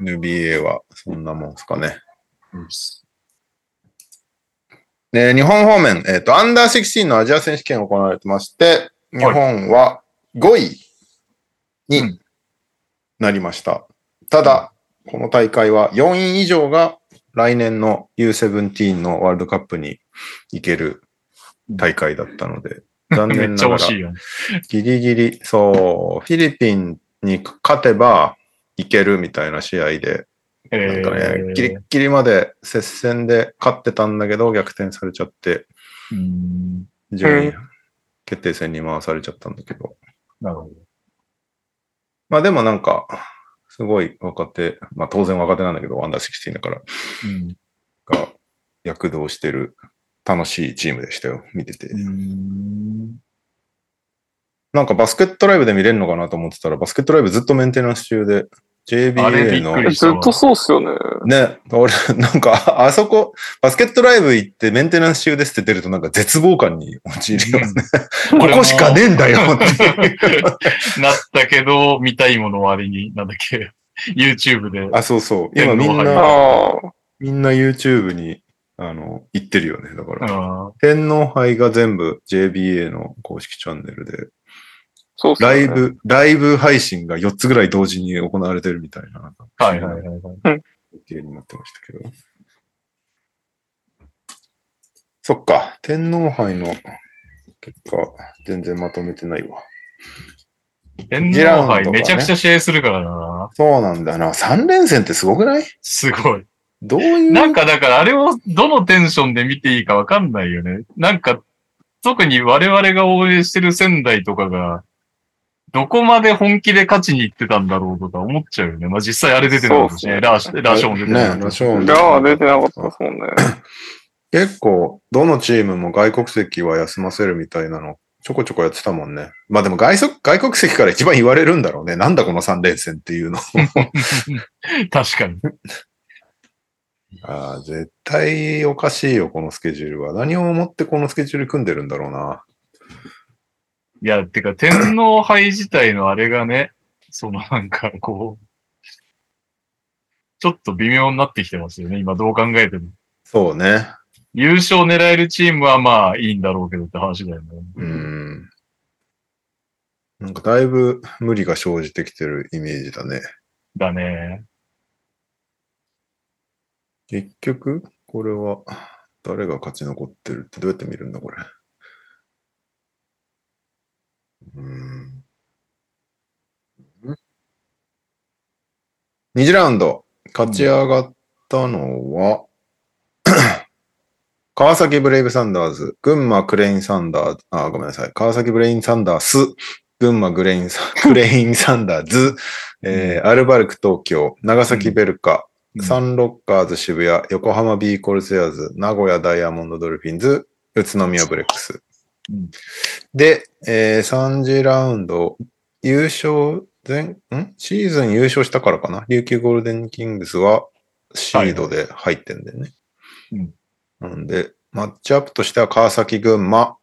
S4: NBA はそんなもんですかね。
S2: うん
S4: で、日本方面、えっ、と、アンダー16のアジア選手権が行われてまして、日本は5位になりました。ただ、この大会は4位以上が来年の U17 のワールドカップに行ける大会だったので、残
S2: め
S4: 念
S2: っちゃ
S4: なが
S2: 惜
S4: ら
S2: しいやん。
S4: ギリギリ、そう、フィリピンに勝てば行けるみたいな試合で、
S2: え
S4: なんかね、
S2: ー
S4: ギリッギリまで接戦で勝ってたんだけど、逆転されちゃって、
S2: うん
S4: 順
S3: う
S4: 位決定戦に回されちゃったんだけど。
S2: なるほど。
S4: まあでもなんか、すごい若手、まあ当然若手なんだけど、アンダー16だから、
S2: うん
S4: が躍動してる楽しいチームでしたよ、見てて。なんかバスケットライブで見れるのかなと思ってたら、バスケットライブずっとメンテナンス中で、
S2: あれび
S4: JBA
S2: っ
S4: の
S2: くりし
S3: ず
S2: た
S3: っ
S2: わ
S3: と。そうっすよね。
S4: ね、俺、なんか、ああそこ、バスケットライブ行ってメンテナンス中ですって出るとなんか絶望感に陥るよね。
S2: うん
S4: [laughs] ここしかねえんだよ
S2: [laughs] なったけど、見たいもの割に、なんだっけ、 YouTube で。
S4: あ、そうそう。今
S2: 天
S4: み
S2: 皇
S4: ん
S2: 杯
S4: な、
S3: ああ。
S4: みんな YouTube に、あの、行ってるよね。だか
S2: う
S4: ら、
S2: ん
S4: 天皇杯が全部 JBA の公式チャンネルで、
S3: そうっすよ
S4: ラ
S3: ね
S4: イ。ブ、ライブ配信が4つぐらい同時に行われてるみたいな、なんか、
S2: はいはいはいはい。
S4: 系になってましたけど。そっか、天皇杯の結果、全然まとめてないわ。
S2: 天
S4: ジラウン
S2: 皇
S4: ドとか
S2: 杯
S4: ね
S2: めちゃくちゃ試合するからな。
S4: そうなんだな。3連戦ってすごくない
S2: すごい。
S4: どういう。
S2: なんかだからあれをどのテンションで見ていいかわかんないよね。なんか、特に我々が応援してる仙台とかが、どこまで本気で勝ちに行ってたんだろうとか思っちゃうよね。まあ実際あれ出てなかったしね。ラーシラーション出
S4: ね
S2: てなかっ、
S4: ラ
S2: たし。
S4: ショーン
S3: いやあ、出てなかったですもんね。
S4: 結構、どのチームも外国籍は休ませるみたいなの、ちょこちょこやってたもんね。まあでも外国外国籍から一番言われるんだろうね。なんだこの3連戦っていうの。
S2: 確かに。
S4: ああ、絶対おかしいよ、このスケジュールは。何を思ってこのスケジュール組んでるんだろうな。
S2: いや、てか天皇杯自体のあれがね、 [clears throat] そのなんかこう、ちょっと微妙になってきてますよね。今どう考えても。
S4: そうね。
S2: 優勝狙えるチームはまあいいんだろうけどって話だよね。
S4: うん。なんかだいぶ無理が生じてきてるイメージだね。
S2: だね。
S4: 結局、これは、誰が勝ち残ってるってどうやって見るんだ、これ。うーん。2次ラウンド、勝ち上がったのは、川崎ブレイブサンダーズ、群馬クレインサンダーズ、あ、ごめんなさい。川崎ブレインサンダース、群馬グレインサ、クレインサンダーズ、えーアルバルク東京、長崎ベルカ、
S2: うん
S4: サンロッカーズ渋谷、横浜ビーコルセアーズ、名古屋ダイヤモンドドルフィンズ、宇都宮ブレックス。
S2: うん
S4: で、えー、3次ラウンド、優勝前、んシーズン優勝したからかな琉球ゴールデンキングスはシードで入ってんだよね。
S2: うん
S4: なんで、マッチアップとしては川崎群馬。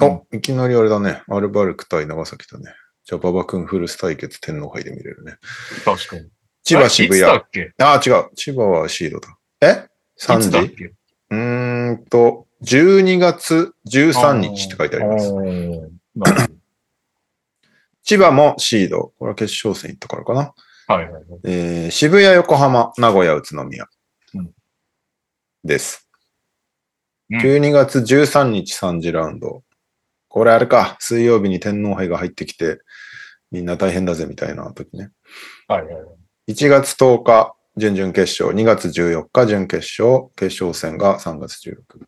S4: お、いきなりあれだね。アルバルク対長崎だね。じゃあ、馬場君フルス対決天皇杯で見れるね。
S2: 確かに。
S4: 千葉渋
S2: あいつ
S4: 谷。
S2: だっけ
S4: ああ、違う。千葉はシードだ。え
S2: い
S4: ?3
S2: つ
S4: 時
S2: だっけ
S4: うーんと、12月13日って書いてあります。
S2: おーなるほ
S4: 千葉もシード。これは決勝戦行ったからかな。
S2: どはいはいはい。
S4: えー渋谷、横浜、名古屋、宇都宮
S2: うん。
S4: です。
S2: うん
S4: 12月13日3次ラウンド。これあれか。水曜日に天皇杯が入ってきて、みんな大変だぜみたいな時ね。
S2: はいはいはい。
S4: 1月10日、準々決勝。2月14日、準決勝。決勝戦が3月16日。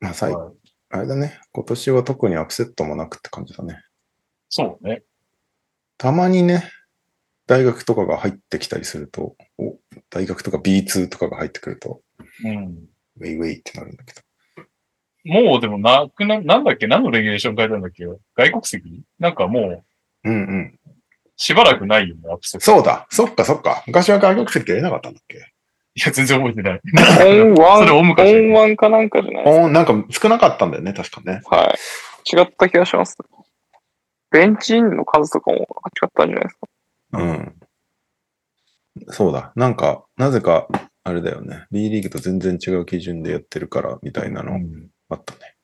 S4: まあ、最
S2: はい
S4: あれだね。今年は特にアップセットもなくって感じだね。
S2: そうね。
S4: たまにね、大学とかが入ってきたりすると、お大学とか B2 とかが入ってくると、
S2: うん。
S4: ウェイウェイってなるんだけど。
S2: もうでもなくな、なんだっけ何のレギュレーション変えたんだっけ外国籍なんかも
S4: う
S2: う、
S4: んうん。
S2: しばらくないよね、アップセット。
S4: そうだ。そっかそっか。昔は外国籍入れなかったんだっけ
S2: いや、全然覚えてない。
S3: オンワン、
S2: それオウムかしら
S3: オンワンかなんかじゃない
S4: おーなんか少なかったんだよね、確かね。
S3: はい。違った気がします。ベンチインの数とかも違ったんじゃないですか。
S4: うん。そうだ。なんか、なぜか、あれだよね。B リーグと全然違う基準でやってるから、みたいな
S2: う
S4: の
S2: ん
S4: あったね。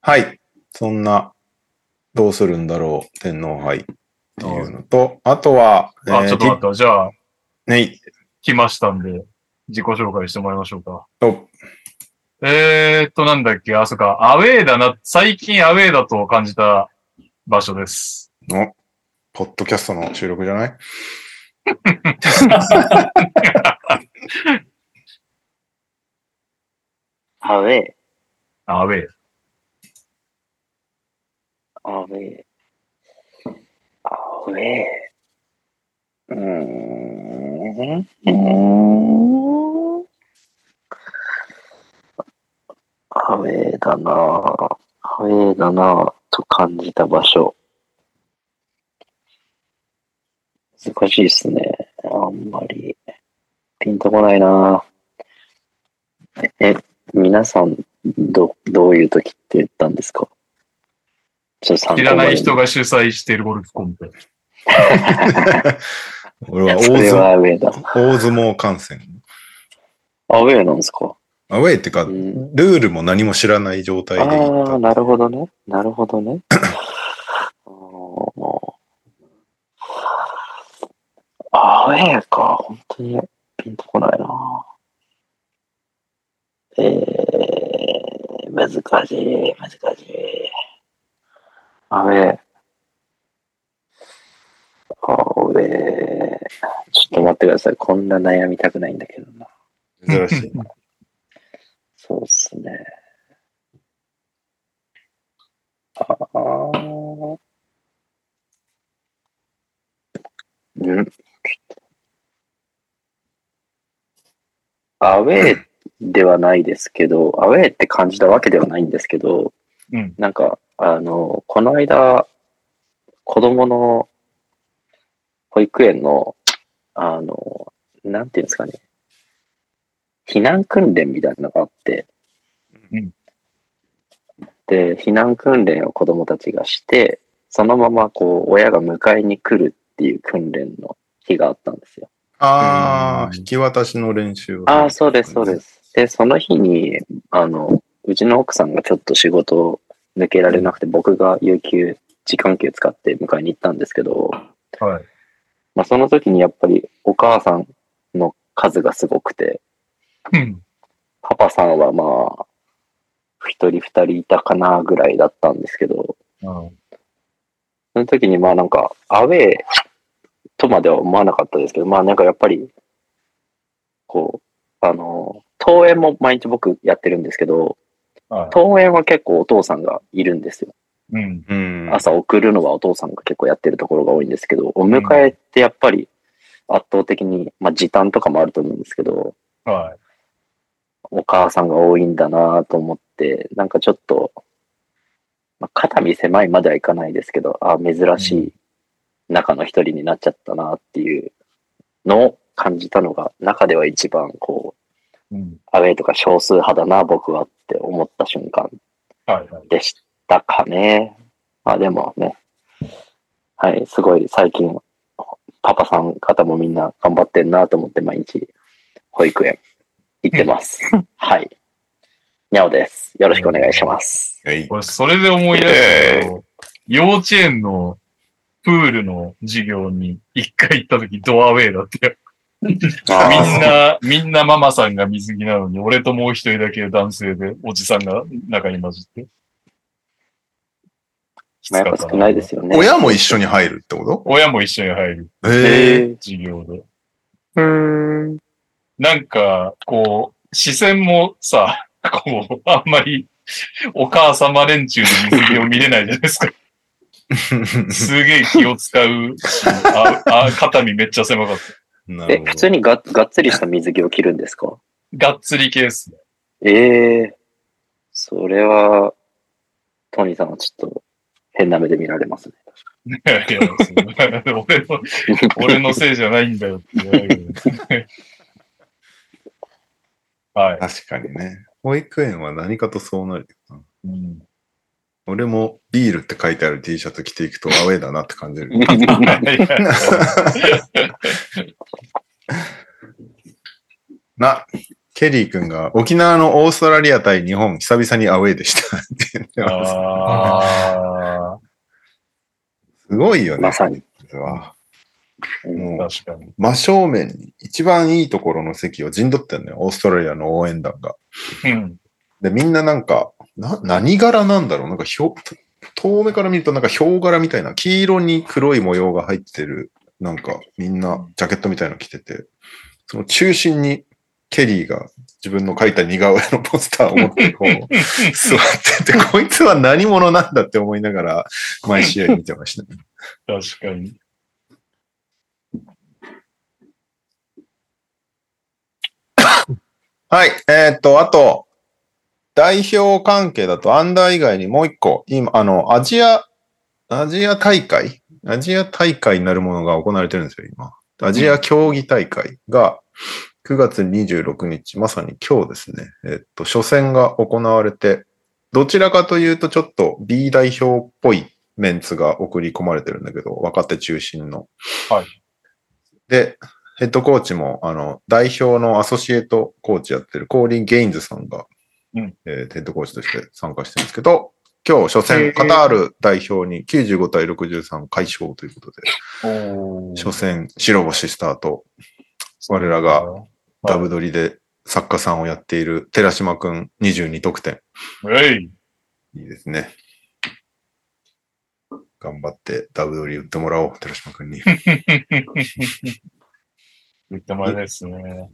S4: はい。そんな、どうするんだろう、天皇杯っていうのと、あとは、
S2: あ、ちょっと待った。じゃあ、
S4: た。ねい
S2: 来ましたんで、自己紹介してもらいましょうか。
S4: と、
S2: えーっと、なんだっけ、あ、そっか、アウェーだな、最近アウェーだと感じた場所です。
S4: の、ポッドキャストの収録じゃない
S8: アウェイ、
S2: アウェー。
S8: アウェイ、アウェイ。うーん。うーんアウェイだなぁアウェイだなぁと感じた場所。難しいっすね。あんまり。ピンとこないなぁえ、皆さん、ど、どういう時って言ったんですかちょっと参考
S2: 知
S8: ま
S2: ら
S8: でに
S2: ない人が主催しているゴルフコンペ。
S4: 俺は
S8: それ
S4: 大相
S8: はアウェイだ。
S4: 撲大相撲観戦。
S8: アウェイなんですか、
S4: アウェイってか、
S8: う
S4: ル
S8: ん、
S4: ールも何も知らない状態で行
S8: ああ、
S4: っ
S8: なるほどね。なるほ
S4: [laughs]
S8: どね。あーアウェーか。本当にピンとこないな。えー、難しい、難しい。アウェー。アウェー。ちょっと待ってください。こんな悩みたくないんだけどな。
S9: 珍しい。
S8: そうっすね。ああ。うん。ちょっとアウェーではないですけど、アウェーって感じたわけではないんですけど、
S2: うん
S8: なんか、あの、この間、子供の保育園の、あの、なんていうんですかね、避難訓練みたいなのがあって、
S2: うん
S8: で、避難訓練を子供たちがして、そのままこう、親が迎えに来るっていう訓練の日があったんですよ。
S4: ああ、引き渡しの練習を
S8: ああ、そうです、そうで。す。で、その日に、あの、うちの奥さんがちょっと仕事を抜けられなくて、僕が有給、時間給使って迎えに行ったんですけど、
S2: はい。
S8: まあ、その時にやっぱりお母さんの数がすごくて、
S2: うん。
S8: パパさんはまあ、一人二人いたかなぐらいだったんですけど、その時にまあなんか、アウェーとまでは思わなかったですけど、まあなんかやっぱり、こう、あの、登園も毎日僕やってるんですけど、
S2: はい
S8: 登園は結構お父さんがいるんですよ。
S2: うん。
S4: うん。
S8: 朝送るのはお父さんが結構やってるところが多いんですけど、お迎えってやっぱり圧倒的に、まあ時短とかもあると思うんですけど、
S2: はい。
S8: お母さんが多いんだなと思って、なんかちょっと、まあ、肩身狭いまではいかないですけど、ああ、珍しい中の一人になっちゃったなっていうのを感じたのが、中では一番こう、
S2: うん。
S8: アウェイとか少数派だな、僕はって思った瞬間
S2: はい。はい。
S8: でしたかね。まあでもね、はい、すごい最近、パパさん方もみんな頑張ってんなと思って毎日保育園行ってます。 [laughs] はい。にゃおです。よろしくお願いします。
S4: はい
S2: 俺、それで思い出したけど、幼稚園のプールの授業に一回行った時ドアウェイだってよ。
S8: あ
S2: み
S8: ー
S2: んな、みんなママさんが水着なのに、俺ともう一人だけ男性で、おじさんが中に混じって。きつ
S8: まあ、や
S2: か
S8: っ
S2: っ
S8: ぱ
S2: た
S8: 少ないですよね。
S9: 親も一緒に入るってこ
S2: 親も一緒に入る、
S9: とえ
S8: [laughs] え
S2: 授業で。
S3: うーん。
S2: なんか、こう、視線もさ、こう、あんまり、お母様連中の水着を見れないじゃないですか。すげえ気を使うし、ああ肩身めっちゃ狭かった。
S4: な
S8: え
S4: る、ほ
S8: 普
S4: ど
S8: 通。にががっつりした水着を着るんですか
S2: がっつり系ですね。
S8: ええそれは、トニーさんはちょっと変な目で見られますね。
S2: いやいやその俺の、 [laughs] 俺のせいじゃないんだよって言われるけど。はい。
S4: 確かにね。保育園は何かとそうなるよな。
S2: うん
S4: 俺もビールって書いてある T シャツ着ていくとアウェイだなって感じる。
S2: いやいや
S4: な、ケリー君が沖縄のオーストラリア対日本久々にアウェイでしたって言ってます。
S2: あ
S4: すごいよね。
S8: まさに。うん
S4: もう
S2: ー確かに。
S4: 真正面に一番いいところの席を陣取ってんのよ、オーストラリアの応援団が。
S2: うん。
S4: で、みんななんか、な何柄なんだろうなんかひょ、遠目から見るとなんかヒョウ柄みたいな、黄色に黒い模様が入ってる、なんかみんなジャケットみたいの着てて、その中心にケリーが自分の描いた似顔絵のポスターを持ってこう、座ってて、こいつは何者なんだって思いながら、毎試合見てましたね。
S2: 確かに。
S4: はい。えーっと、あと、代表関係だと、アンダー以外にもう一個、今、あの、アジア、アジア大会アジア大会になるものが行われてるんですよ、今。アジア競技大会が、 9月26日、まさに今日ですね、えっと、初戦が行われて、どちらかというとちょっと B 代表っぽいメンツが送り込まれてるんだけど、若手中心の。
S2: はい。
S4: で、ヘッドコーチも、あの、代表のアソシエイトコーチやってるコーリン・ゲインズさんが、
S2: うん
S4: えーヘッドコーチとして参加してるんですけど、今日初戦、カタール代表に95対63快勝ということで、
S2: お
S4: 初戦白星スタート。我らがダブドリで作家さんをやっている寺島くん22得点。
S2: えい。
S4: いいですね。頑張ってダブドリ打ってもらおう、寺島くんに。
S2: 言ってもらえないですね。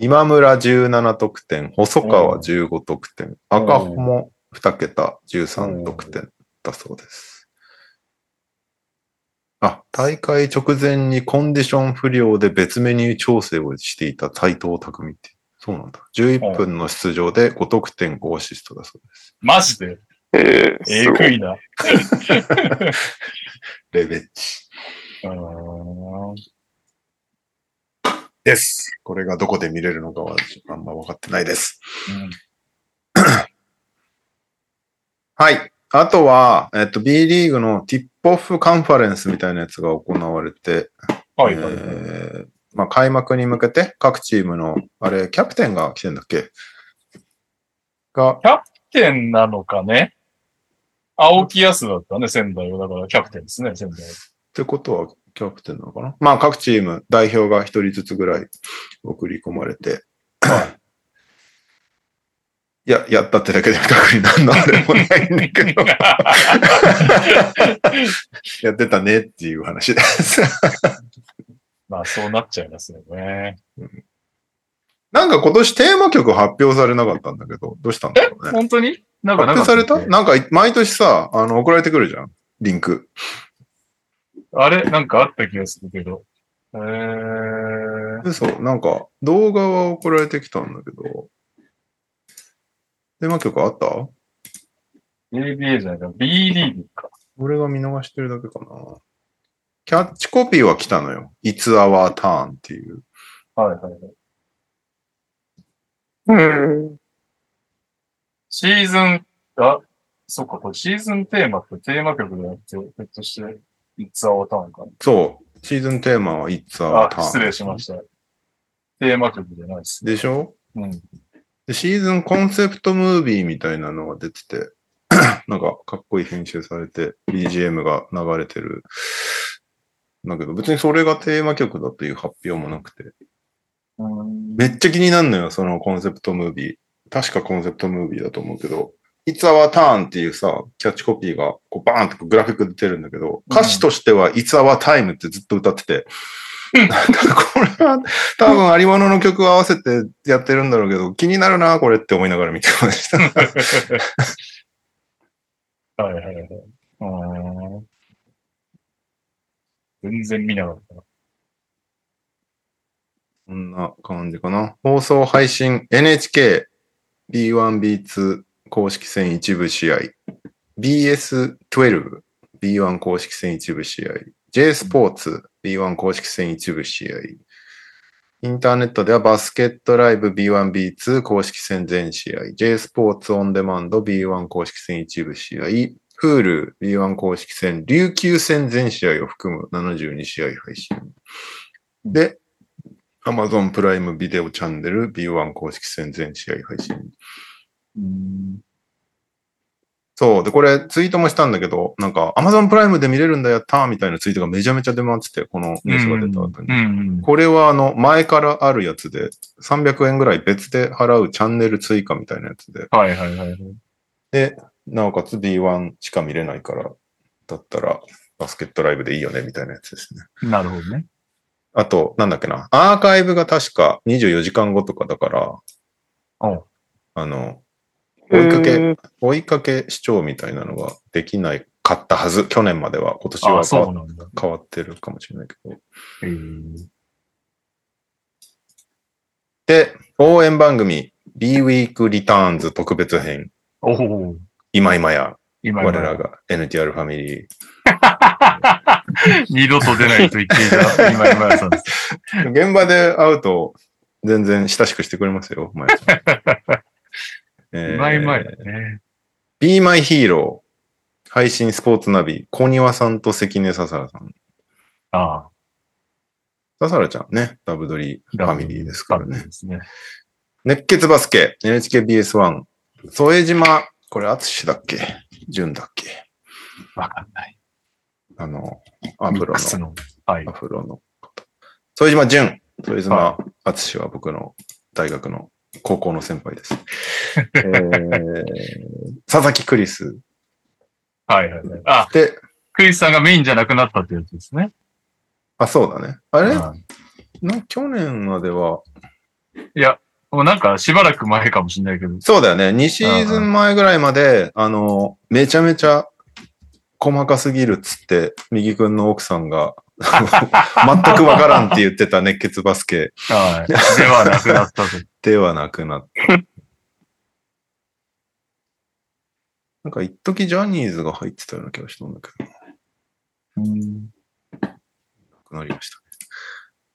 S4: 今村17得点、細川15得点、赤穂も2桁13得点だそうです。あ、大会直前にコンディション不良で別メニュー調整をしていた斎藤匠って。そうなんだ。11分の出場で5得点5アシストだそうです。
S2: マジで
S3: えー、
S2: え
S3: すご
S2: ぐ
S3: い。
S2: いな。
S4: レベッチ
S2: うん
S4: です。これがどこで見れるのかはあんま分かってないです。はい。あとは、えっと、B リーグのティップオフカンファレンスみたいなやつが行われて、
S2: はい
S4: え
S2: はい。
S4: ーまあ、開幕に向けて各チームの、あれ、キャプテンが来てんだっけが、
S2: キャプテンなのかね青木安だったね、仙台は。だからキャプテンですね、仙
S4: [laughs]
S2: 台。
S4: ってことはキャプテンなのかなまあ、各チーム代表が一人ずつぐらい送り込まれて、 [laughs] いや、やったってだけで特に何のあれもないんだけど、やってたねっていう話です。
S2: まあそうなっちゃいますよね。
S4: なんか今年テーマ曲発表されなかったんだけど、どうしたんだろうね。
S2: 本当になんか
S4: 発表
S2: なかった
S4: されたなんか毎年さ、あの、送られてくるじゃん。リンク。
S2: あれなんかあった気がするけど。えー、
S4: 嘘。なんか動画は送られてきたんだけど。テーマ曲あった
S2: ABA じゃないか。B リーグか。
S4: 俺が見逃してるだけかな。キャッチコピーは来たのよ。It's our turn っていう。
S2: はいはいはい。
S3: うん。
S2: シーズン、あ、そっか、これシーズンテーマってテーマ曲でやって、ひょっとして、いつあわたんか
S4: そう。シーズンテーマは It's
S2: な。あ
S4: our、turn。
S2: 失礼しました。テーマ曲じゃないですね。
S4: でしょ
S2: うん。
S4: でシーズンコンセプトムービーみたいなのが出てて、 [clears throat] なんかかっこいい編集されて、BGM が流れてる。だけど、別にそれがテーマ曲だという発表もなくて。
S2: うん
S4: めっちゃ気になるのよ、そのコンセプトムービー。確かコンセプトムービーだと思うけど、It's Our Turn っていうさ、キャッチコピーがこうバーンってこうグラフィックで出てるんだけど、歌詞としては It's Our Time ってずっと歌ってて、なんかこれは多分有物の曲を合わせてやってるんだろうけど、気になるな、これって思いながら見てました。
S2: はいはいはい。うーん全然見なかったな。
S4: こんな感じかな。放送配信 NHK B1、B2 公式戦一部試合 BS12 B1 公式戦一部試合 J スポーツ B1 公式戦一部試合インターネットではバスケットライブ B1、B2 公式戦全試合 J スポーツオンデマンド B1 公式戦一部試合 Hulu B1 公式戦琉球戦全試合を含む72試合配信で、Amazon プライムビデオチャンネル B1 公式戦全試合配信。そう。で、これツイートもしたんだけど、なんか Amazon プライムで見れるんだやったーみたいなツイートがめちゃめちゃ出回ってて、このニュースが出た後に。
S2: うん。
S4: これはあの、前からあるやつで、300円ぐらい別で払うチャンネル追加みたいなやつで、
S2: はいはいはいはい。
S4: で、なおかつ B1 しか見れないから、だったらバスケットライブでいいよねみたいなやつですね。
S2: なるほどね。
S4: あと、なんだっけな、アーカイブが確か24時間後とかだから、
S2: うん
S4: あの、追いかけ、
S3: うん
S4: 追いかけ視聴みたいなのができないかったはず、去年までは、今年
S2: あ
S4: は
S2: あ、
S4: 変
S2: そ
S4: わ
S2: うなんだ。
S4: 変わってるかもしれないけど。
S2: えー
S4: で、応援番組、B ウィークリターンズ特別編、
S2: おお、
S4: 今今や、
S2: 今
S4: 我らが NTR ファミリー。
S2: が。二度と出ないと言っていた今今井さんです。
S4: 現場で会うと、全然親しくしてくれますよ、まゆさん。
S2: [laughs]
S4: え
S2: うまいうまいだね。
S4: Be My Hero 配信スポーツナビ、小庭さんと関根ささらさん。
S2: ああ、
S4: ささらちゃんね、ダブドリファミリーですからね。
S2: ですね。
S4: 熱血バスケ、NHKBS1、添島、これ、淳だっけ潤だっけ
S2: わかんない。
S4: あの、アフ
S2: ミッ
S4: ロ
S2: クス
S4: の、
S2: の。はい
S4: ア。フロの方。添島潤、添島淳は僕の大学の高校の先輩です。えー、 [laughs] 佐々木クリス。
S2: はいはいはい。あ、
S4: で、
S2: クリスさんがメインじゃなくなったってやつですね。
S4: あ、そうだね。あれ
S2: うん
S4: な去年までは、
S2: いや、もうなんかしばらく前かもしれないけど。
S4: そうだよね。2シーズン前ぐらいまで、あの、めちゃめちゃ細かすぎるっつって、右くんの奥さん [laughs] が、全くわからんって言ってた熱血バスケ
S2: はい。ではなくなったと。
S4: ではなくなった。 [laughs] なんか、一時ジャニーズが入ってたような気がしたんだけど、
S2: うん
S4: なくなりまし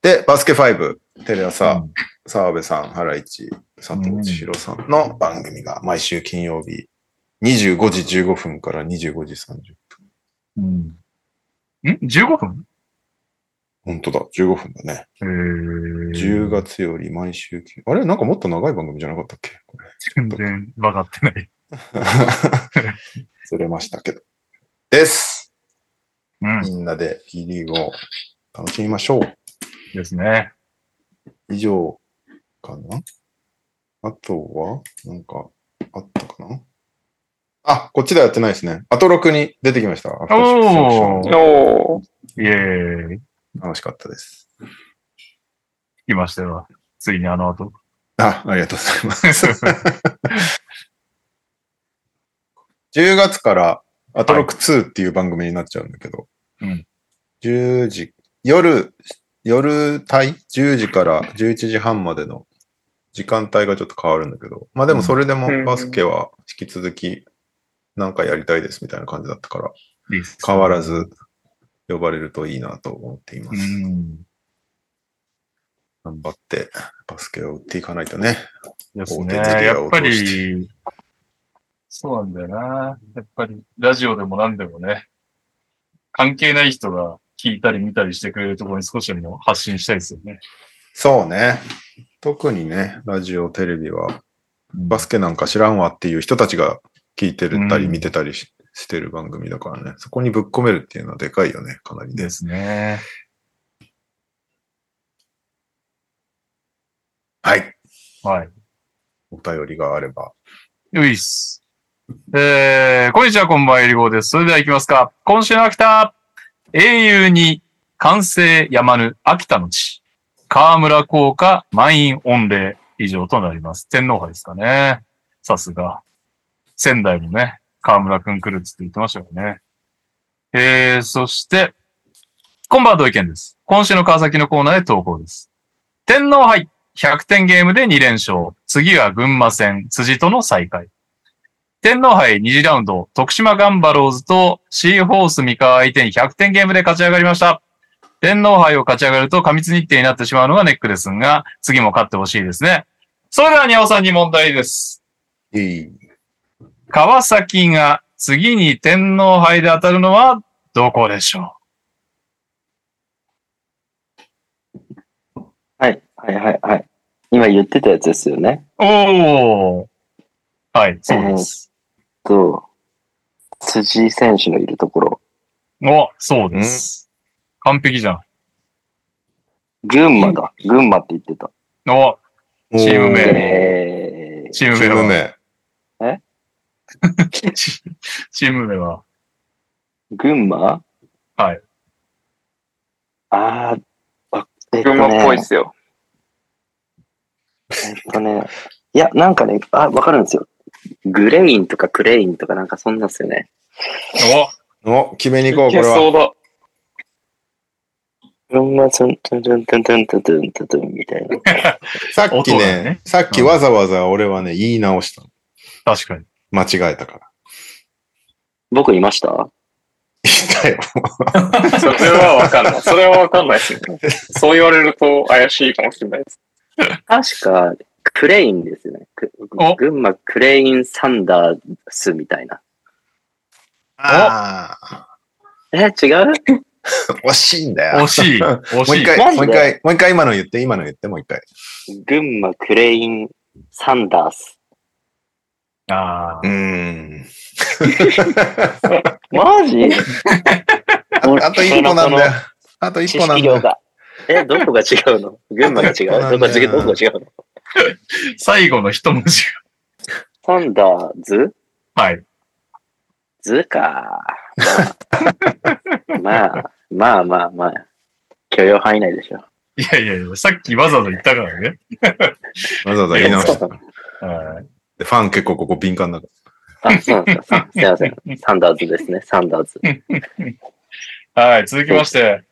S4: たね。で、バスケ5、テレ朝、澤部さん、原市、佐藤千尋さんの番組が毎週金曜日25時15分から25時30分。
S2: うん。ん ?15 分
S4: 本当だ、15分だね。
S2: えー、
S4: 10月より毎週金あれなんかもっと長い番組じゃなかったっけこれ。
S2: 全然分かってない。
S4: ずれましたけど。です。
S2: うん。
S4: みんなで P リーグを楽しみましょう。
S2: ですね。
S4: 以上かなあとは、なんか、あったかなあ、こっちではやってないですね。アトロクに出てきました。アフターシックスジャンクション
S2: おー
S3: おー
S2: イェーイ。
S4: 楽しかったです。
S2: 来ましたよ。ついにあの
S4: [laughs]
S2: 後。
S4: あ、ありがとうございます。10月からアトロック2っていう番組になっちゃうんだけど、
S2: うん
S4: 10時、夜、夜帯 ?10 時から11時半までの時間帯がちょっと変わるんだけど、まあでもそれでも
S3: うん
S4: バスケは引き続きなんかやりたいですみたいな感じだったから、
S2: いいっす
S4: 変わらず呼ばれるといいなと思っていま
S2: う
S4: す。
S2: ん。
S4: 頑張ってバスケを打っていかないとね。
S2: です
S4: 大
S2: ね。
S4: 手メディ
S2: や
S4: ア
S2: っ
S4: を
S2: ぱ
S4: 通して
S2: り、そうなんだよな。やっぱり、ラジオでも何でもね、関係ない人が聞いたり見たりしてくれるところに少しでも発信したいですよね。
S4: そうね。特にね、ラジオ、テレビは、バスケなんか知らんわっていう人たちが聞いてるったり
S2: うん
S4: 見てたりし,、てる番組だからね、そこにぶっ込めるっていうのはでかいよね、かなりね。
S2: ですね。
S4: はい。
S2: はい。
S4: お便りがあれば。
S2: よいっす。えー、こんにちは、こんばんは、えりごです。それでは行きますか。今週の秋田、英雄に、完成やまぬ秋田の地、河村効果、満員御礼、以上となります。天皇杯ですかね。さすが。仙台もね、河村くん来るっつって言ってましたよね。えー、そして、こんばんは、同意見です。今週の川崎のコーナーで投稿です。天皇杯、100点ゲームで2連勝。次は群馬戦、辻との再会。天皇杯2次ラウンド、徳島ガンバローズとシーホース三河相手に100点ゲームで勝ち上がりました。天皇杯を勝ち上がると過密日程になってしまうのがネックですが、次も勝ってほしいですね。それでは、にゃおさんに問題です。
S4: いい。
S2: 川崎が次に天皇杯で当たるのはどこでしょ
S8: はい、はい、はい、はい。今言ってたやつですよね。
S2: うおー。はい、そうです。
S8: と、辻選手のいるところ、
S2: お、そうです。完璧じゃん。
S8: 群馬だ。群馬って言ってた。
S2: お、チーム名
S8: えー、
S2: チーム
S4: チ
S2: 名
S4: ーム
S2: は、
S4: 名。
S2: チ [laughs] チーム名は、
S8: 群馬
S2: はい。
S8: あー、あえっと
S3: 群
S8: ね
S3: 馬っぽいっすよ。
S8: えっとね、いや、なんかね、あ、わかるんですよ。グレインとかクレインとかなんかそんなんですよね。
S4: お、決めに
S3: い
S4: 行こう、こ
S3: け
S4: れは。
S3: そうだ。
S8: 群馬ツントゥントゥントゥントゥントゥントゥントゥントゥンみ
S3: [laughs]
S8: たいな。
S4: さっき
S2: 音だ
S4: ね、
S2: ね
S4: さっきわざわざ俺はね、言い直したの。
S2: お、確かに。
S4: 間違えたから。
S8: 僕いました
S4: 言ったよ。
S3: それはわかんない。それはわかんないですね。そう言われると怪しいかもしれないです。
S8: 確か、クレインですよね。く
S2: お
S8: 群馬クレインサンダースみたいな。
S4: あ
S8: え、違う
S4: あ、惜しいんだよ。[laughs]
S2: 惜しい。惜
S4: もう
S2: し
S4: 一
S2: い。
S8: マ
S4: 回、
S8: ジ
S4: もう一
S8: で
S4: 回、もう一回今の言って、今の言って、もう一回。
S8: 群馬クレインサンダース。
S2: あ
S4: うーん。
S8: マジ
S4: あと一歩なんだよ。あと一
S8: 知
S4: 歩なん
S8: 識
S4: だ
S8: 量
S4: よ。
S8: が。え、どこが違うの群馬が違う。どこが違うどこが違うの
S2: ー最後の一文字
S8: サンダーズ
S2: が。はい。
S8: ズか。まあ、まあまあまあまあ。許容範囲内でしょ。
S2: いやいやいや、さっきわざわざ言ったからね。
S4: わざわざ言い直した。
S2: はい
S4: でファン結構ここ敏感だか
S8: あ、そうなんですか。すいません。サンダーズですね。サンダーズ。
S2: はい、続きまして。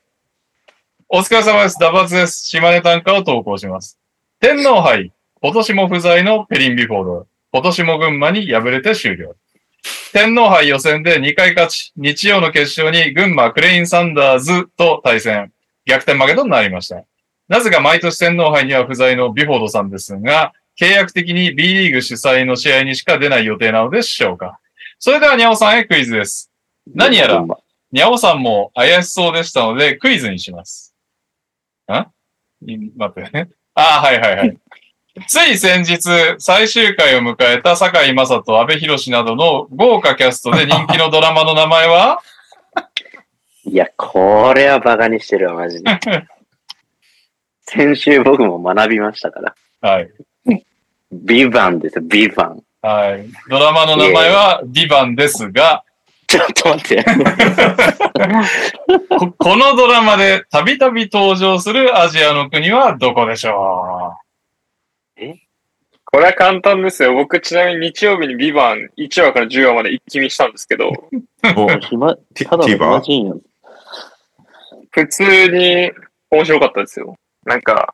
S2: お疲れ様です。ダバツです。島根短歌を投稿します。天皇杯、今年も不在のペリンビフォード。今年も群馬に敗れて終了。天皇杯予選で2回勝ち、日曜の決勝に群馬クレインサンダーズと対戦。逆転負けとなりました。なぜか毎年天皇杯には不在のビフォードさんですが、契約的に B リーグ主催の試合にしか出ない予定なのでしょうか。それではニャオさんへクイズです。何やら
S8: 群馬
S2: にゃおさんも怪しそうでしたので、クイズにします。んい待ってね。ああ、はいはいはい。つい先日、最終回を迎えた堺井雅人、阿部寛などの豪華キャストで人気のドラマの名前
S3: [laughs]
S2: は
S8: いや、これはバカにしてるわ、マジで。先週僕も学びましたから。
S2: はい。
S8: ビバンですよ、ビバン。
S2: はい。ドラマの名前は、ディバンですが、
S8: ちょっと待って。
S2: ここのドラマでたびたび登場するアジアの国はどこでしょ
S3: これは簡単ですよ。僕、ちなみに日曜日にビバン1話から10話まで一気見したんですけど、
S4: ら。お
S8: 暇、
S4: ティ
S8: ただの
S4: ティーバ
S8: 暇
S4: ー
S8: 人よ。
S3: 普通に面白かったですよ。なんか、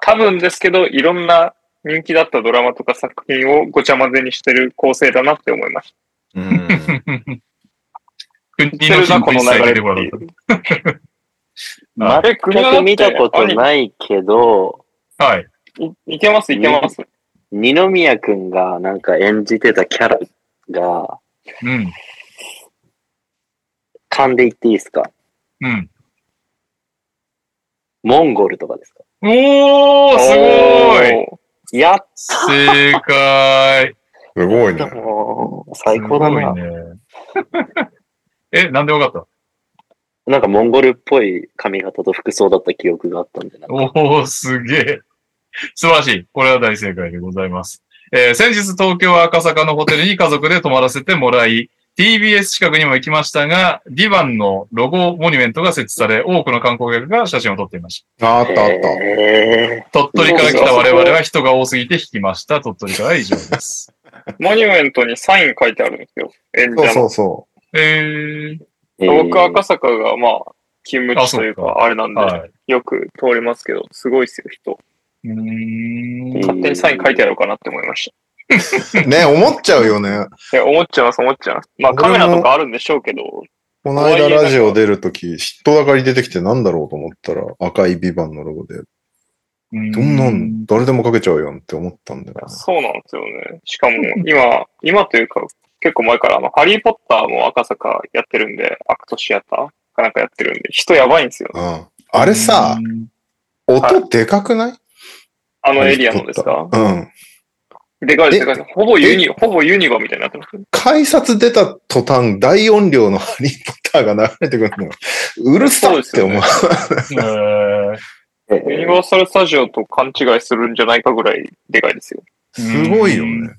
S3: 多分ですけど、いろんな人気だったドラマとか作品をごちゃ混ぜにしてる構成だなって思いまし
S4: うーん。
S2: う
S3: た。
S2: 国の
S3: な、この流れって
S2: ころ
S3: いう。
S2: [laughs] あ
S8: 全く見たことないけど、
S2: はい。
S3: いいけます、いけます。
S8: 二宮くんがなんか演じてたキャラが、
S2: うん。
S8: 勘で言っていいですか
S2: うん。
S8: モンゴルとかですか
S2: おー、すごい
S3: おー
S8: やっ
S2: 正解。
S4: すごいね
S8: た。もう、 [laughs] 最高だな。
S2: すごいね。 [laughs] え、なんでわかっ
S8: なんかモンゴルっぽい髪型と服装だった記憶があったんで、なん
S2: た
S8: か
S2: おお、すげえ。素晴らしい。これは大正解でございます。えー先日東京赤坂のホテルに家族で泊まらせてもらい、TBS 近くにも行きましたが、ディバンのロゴモニュメントが設置され、多くの観光客が写真を撮っていました。
S4: ああったあった。
S8: へ
S2: 鳥取から来た我々は人が多すぎて引きました。鳥取からは以上です。
S3: モニュメントにサイン書いてあるんですよ。演
S4: そう
S3: 者
S4: そ
S3: の。
S4: うそ
S8: [laughs]
S2: えー、
S8: ー
S3: 僕、赤坂が、まあ、勤務
S2: あ
S3: 地
S2: そう
S3: と
S2: か
S3: いうか、あれなんで、
S2: はい。
S3: よく通りますけど、すごいですよ、人。
S2: うー。
S8: うんん
S3: 勝手にサイン書いてやろうかなって思いまし
S4: う。ね、思っちゃうよね。
S3: た。いや、思っちゃいます、思っちゃいます。まあ、カメラとかあるんでしょうけど、
S4: この間ラジオ出るとき、人だかり出てきてなんだろうと思ったら、赤いビバンのロゴで、どんなん、誰でもかけちゃうやんって思ったんだよね。
S3: そうなんですよね。しかも、今、今というか、結構前から、あの、ハリー・ポッターも赤坂やってるんで、アクトシアターかなんかやってるんで、人やばいんですよ。
S4: あああれさ、音でかくない
S3: あのエリアのですか
S4: うん。
S3: でかいですでかいです。ほぼユニ、ほぼユニバみたいになってます。
S4: 改札出た途端、大音量のハリーポッターが流れてくるのよ。うるさって思う。
S2: えー
S8: え
S3: ユニ
S8: ー
S3: バーサル・スタジオと勘違いするんじゃないかぐらいでかいですよ。
S4: す
S2: ね
S4: ごいよ
S2: う
S4: ね。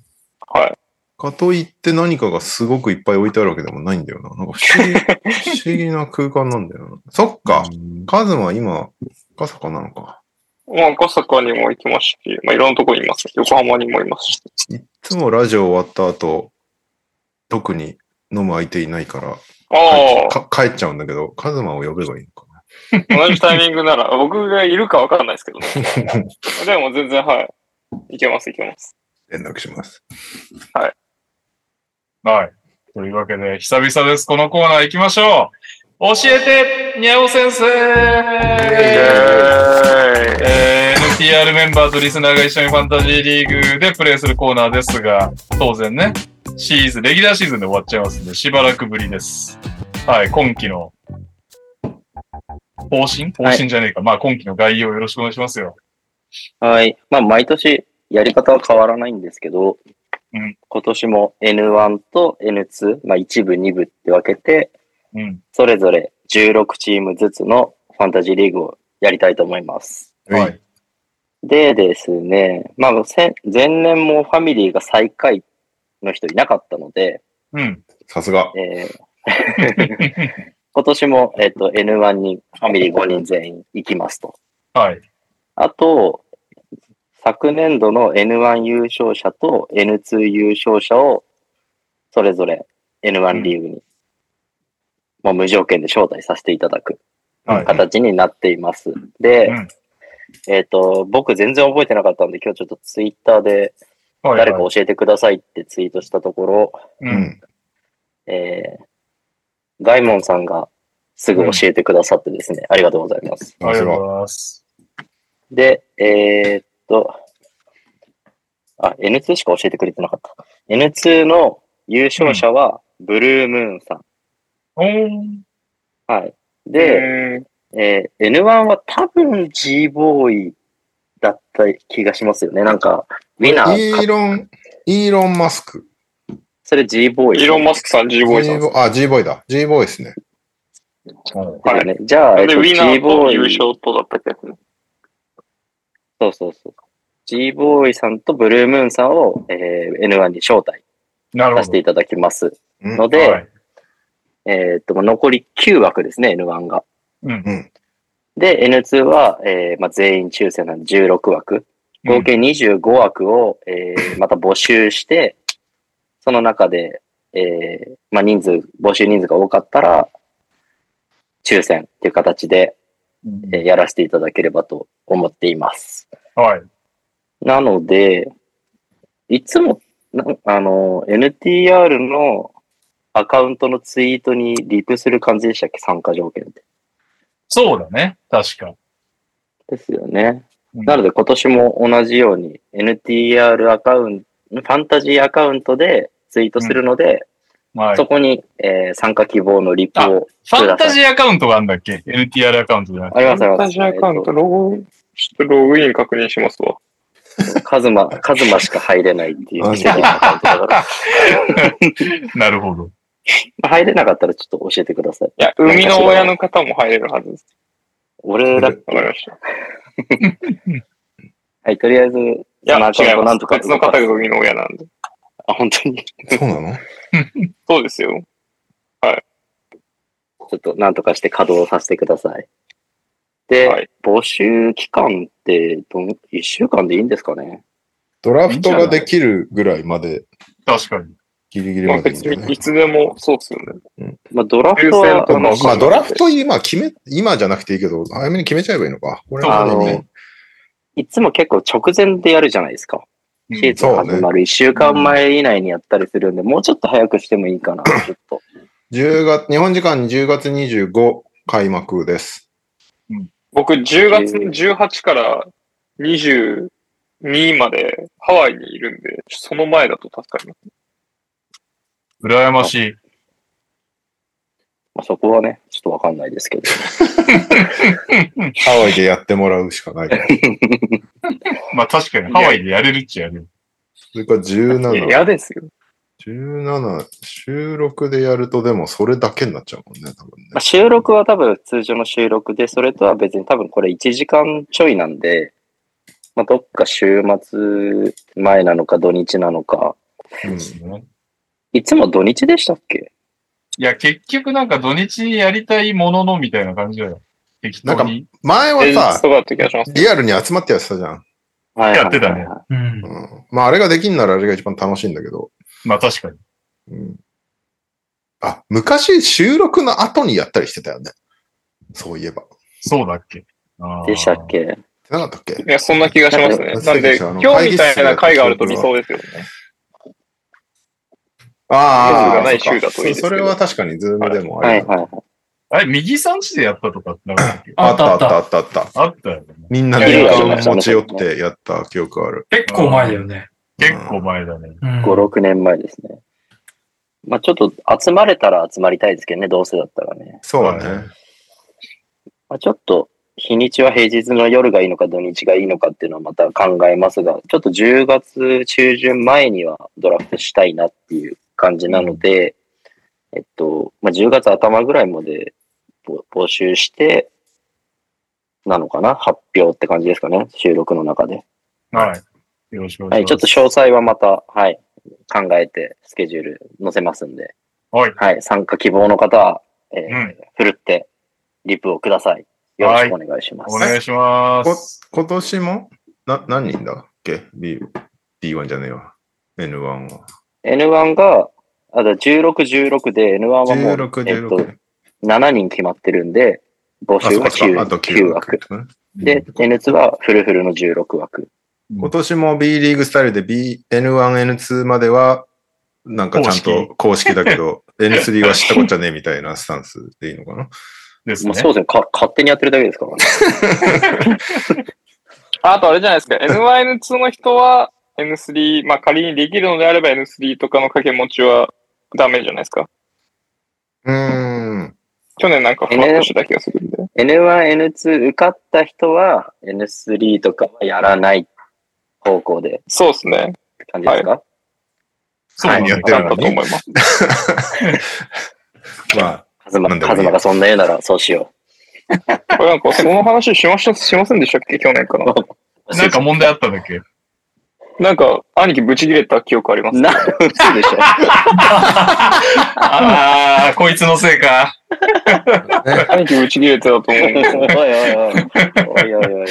S3: はい。
S4: かといって何かがすごくいっぱい置いてあるわけでもないんだよな。なんか不
S3: [laughs]
S4: 思議不思議な空間なんだよな。そっか。カズマは今、赤坂なのか。
S3: まあ、赤坂にも行きますし、まあ、いろんなとこにいます。横浜にもいますし。
S4: いつもラジオ終わった後、特に飲む相手いないから、
S3: ああ、
S4: か帰っちゃうんだけど、カズマを呼べばいいのかな。
S3: 同じタイミングなら、僕がいるかわからないですけど、
S8: [laughs]
S3: ね、でも全然、はい。行けます、行けます。
S4: 連絡します。
S2: はい。というわけで、久々です。このコーナー行きましょう。教えて、にゃお先生
S3: イェーイ
S2: えー、 TR メンバーとリスナーが一緒にファンタジーリーグでプレイするコーナーですが、当然ね、シーズン、レギュラーシーズンで終わっちゃいますんで、しばらくぶりです。はい、今期の方針方針じゃねえか。まあ今期の概要よろしくお願いしますよ。
S8: はい。まあ、毎年やり方は変わらないんですけど、
S2: うん
S8: 今年も N1 と N2、まあ、1部、2部って分けて、
S2: うん。
S8: それぞれ16チームずつのファンタジーリーグをやりたいと思います。
S2: はい。
S8: でですね、まあ、せん前年もファミリーが最下位の人いなかったので、
S2: うん。
S1: さすが。
S8: えー今年も、えっと N1 にファミリー5人全員行きますと。
S2: はい。
S8: あと、昨年度の N1 優勝者と N2 優勝者を、それぞれ N1 リーグに、もう無条件で招待させていただく
S2: はい
S8: 形になっています。で、
S2: うん
S8: えっ、と、僕全然覚えてなかったんで、今日ちょっとツイッターで
S2: はい。
S8: 誰か教えてくださいってツイートしたところ、
S2: うん。
S8: えー、ガイモンさんがすぐ教えてくださってですね、ありがとうございます。
S2: あ
S1: さ
S2: り
S1: す
S2: が
S1: が。
S2: とうございます。
S8: で、えーっと、あ、N2 しか教えてくれてなかった。N2 の優勝者は、ブルームーンさん。
S2: おー
S8: はい。で、えー N1 は多分 G ボーイだった気がしますよね。なんか、ウィナー
S1: イー
S8: か、
S1: ロン、イーロンマスク。
S8: それ G ボーイ。
S3: イーロン・マスクさん、G ボーイさん。
S1: G ボあ、G ボーイだ。G ボーイですね。
S8: ですよね。じゃあ、えっ
S3: で、
S8: と、
S3: ウィナ
S8: G
S3: ー
S8: ボ
S3: と
S8: ーイ。
S3: 優勝とだったっけ
S8: そうそうそう。G ボーイさんとブルームーンさんを、えー N1 に招待
S2: なるほ
S8: させ
S2: ど
S8: て。いただきます
S1: うん
S8: ので、
S2: はい
S8: えーっと、もう残り9枠ですね、N1 が。
S2: うん。
S8: で、N2 は、えーまあ、全員抽選なんで16枠。合計25枠を、えーまた募集して、その中で、えーまあ、人数、募集人数が多かったら、抽選っていう形で、えーやらせていただければと思っています。
S2: はい。
S8: なので、いつも、なあの、NTR のアカウントのツイートにリプする感じでしたっけ参加条件って。
S2: そうだね。確か。
S8: ですよね。
S2: うん
S8: なので今年も同じように NTR アカウント、ファンタジーアカウントでツイートするので、
S2: はい。
S8: そこに、えー参加希望のリプを
S2: ファンタジーアカウントがあるんだっけ ?NTR アカウントじゃなくて。
S8: あり
S3: フ
S8: ます
S3: ァ
S8: あり
S3: ン
S8: ま
S3: タ
S8: す。
S3: ジーアカウント、ログイン、ちょっとログイン確認しますわ。
S8: えっとカズマ、カズマしか入れないっていう
S1: マ
S8: 奇 [laughs]
S1: ジか
S8: 跡のアカウントだか
S2: なるほど。
S8: ら、入れなかったらちょっと教えてください。
S3: いや、生みの親の方も入れるはずです。
S8: 俺ら、
S3: [laughs] わかりました。い
S8: はい、とりあえず、
S3: や、
S8: そのアカウン
S3: 違い
S8: ト
S3: ま
S8: なん
S3: す
S8: と。か
S3: 別の方が生みの親なんで。
S8: あ、本当に。ち
S1: そうなの
S3: そうですよ。
S8: ょっとなんとかして稼働させてください。で、
S3: はい
S8: 募集期間ってどん、1週間でいいんですかね
S1: ドラフトができるぐらいまで、
S2: 確かに。
S1: ギリギリ
S3: ま
S1: ま
S3: あ
S1: でいいん
S3: 別
S1: じゃ
S3: に
S1: ない
S3: いつでもそうっすよね。
S8: まあ、ドラフトは、
S3: 抽選とか
S1: まあ、ドラフト今決め、今じゃなくていいけど、早めに決めちゃえばいいのか。これは
S8: あの
S1: ね、、
S8: いつも結構直前でやるじゃないですか。
S2: うん
S8: シーズン始まる1週間前以内にやったりするんで、もうちょっと早くしてもいい
S2: [laughs]
S8: かな、ちょっと。
S1: 10月、日本時間10月25開幕です。
S3: 僕、10月18から22までハワイにいるんで、その前だと助かります。
S2: 羨ましい。
S8: まあ、そこはね、ちょっとわかんないですけど。
S1: ハワイでやってもらうしかないから。
S2: まあ確かにハワイでやれるっちゃやる。
S1: それから
S3: いや、
S1: 17、
S3: 嫌ですよ。
S1: 17、収録でやるとでもそれだけになっちゃうもんね、多分ね
S8: まあ、。収録は多分通常の収録で、それとは別に多分これ1時間ちょいなんで、まあ、どっか週末前なのか土日なのか、
S1: うん
S2: い
S8: いつも土日でしたっけ
S2: や、結局なんか土日にやりたいもののみたいな感じだよ。適当に。
S1: 前
S3: 平
S1: は
S3: 日
S1: さ、
S3: とかだった気がします。
S1: リアルに集まってやってたじゃん。
S8: はい
S2: やってたね
S8: はいはいはい
S5: うん
S1: う。ん、まあ、あれができんならあれが一番楽しいんだけど。
S2: まあ確かに。
S1: うん、あ、昔収録の後にやったりしてたよね。そういえば。
S2: そうだっけ。あー
S8: でしたっけ
S1: してなかったっけ
S3: いや、そんな気がしますね。
S1: なんか
S3: なんで、
S1: あの
S3: 今日みたいな会があると理想ですよね。
S1: あ
S3: 数
S1: あ、
S3: がない週だといいですけど
S1: そそれは確かにズームでもあ
S8: は
S1: れ
S8: い
S1: ば、
S8: はいはい。
S2: あれ、右三地でやったとかってなかったっ
S8: [laughs]
S2: け
S5: あ
S4: あ
S5: っ
S4: ったた
S5: あ
S4: あっ
S5: っ
S4: たたあったあった。
S2: あったよね。
S4: みんなで旅館持ち寄ってやった記憶ある。
S5: 結構前だよね。
S2: 結構前だね。
S5: うん。
S8: 5、6年前ですね。まあちょっと集まれたら集まりたいですけどね、どうせだったらね。
S4: そうだ
S2: は
S4: ね。
S8: まあちょっと日にちは平日の夜がいいのか土日がいいのかっていうのはまた考えますが、ちょっと10月中旬前にはドラフトしたいなっていう感じなので、えっと、まあ10月頭ぐらいまでぼ募集して、なのかな発表って感じですかね収録の中で。
S2: はい。よろしくお
S8: は
S2: 願い
S8: い、
S2: し
S8: ちょ
S2: ま
S8: っ
S2: す。
S8: と詳細はまた、はい、考えてスケジュール載せますんで。
S2: はい。
S8: はい、参加希望の方は、え
S2: う
S8: ー
S2: ん。
S8: ふるって、リプをください。よろしくお願いします。
S2: お願いします。
S4: 今年もな何人だっけ ?B、B1 じゃねえわ。N1 は。
S8: N1 が、あだ16、16で、N1 はもう、
S4: 16、
S8: えっと
S4: 16、ね。
S8: 7人決まってるんで、募
S4: あ、そ
S8: 集
S4: う
S8: が
S4: かそうか。あ
S8: 9,
S4: と
S8: 9
S4: 9
S8: 枠
S4: 枠。。ね
S8: で、N2 はフルフルの16枠。
S4: 今年も B リーグスタイルで B、N1、N2 までは、なんかちゃんと公式だけ [laughs] ど、N3 は知ったこっちゃねえみたいなスタンスでいいのかな
S2: です
S8: ま
S2: ね
S8: あ、。そうですねか。勝手にやってるだけですからね。
S3: あとあれじゃないで
S4: [laughs]
S3: すか、N1N2 の人は N3、まあ仮にできるのであれば N3 とかの掛け持ちはダメじゃないですか。
S4: うーん。
S3: 去年なんかふわっとしてた気がするんで。
S8: N1、N2 受かった人は、N3 とかはやらない方向で、
S3: そうですね。
S8: って感じですか、
S2: そうなんだ
S4: やって
S3: な
S4: る
S3: ん
S4: の
S3: だと思
S4: に
S3: い。ます。
S4: まあ、
S8: カズマ、
S4: なんでもい
S8: カ
S4: い
S8: ズマがそんな言うならそうしよ
S3: これなんかその話しました、しませんでしたっけ去年かな。
S8: う。
S2: なんか問題あったんだっけ
S3: なんか兄貴ブチ切れた記憶あります。
S8: [laughs] な、嘘でしょ。
S2: ああ、こいつのせいか。
S3: 兄貴ブチ切れてたと思
S8: おいおいお
S3: うん
S8: いおい
S3: ですよ。
S8: おいおい。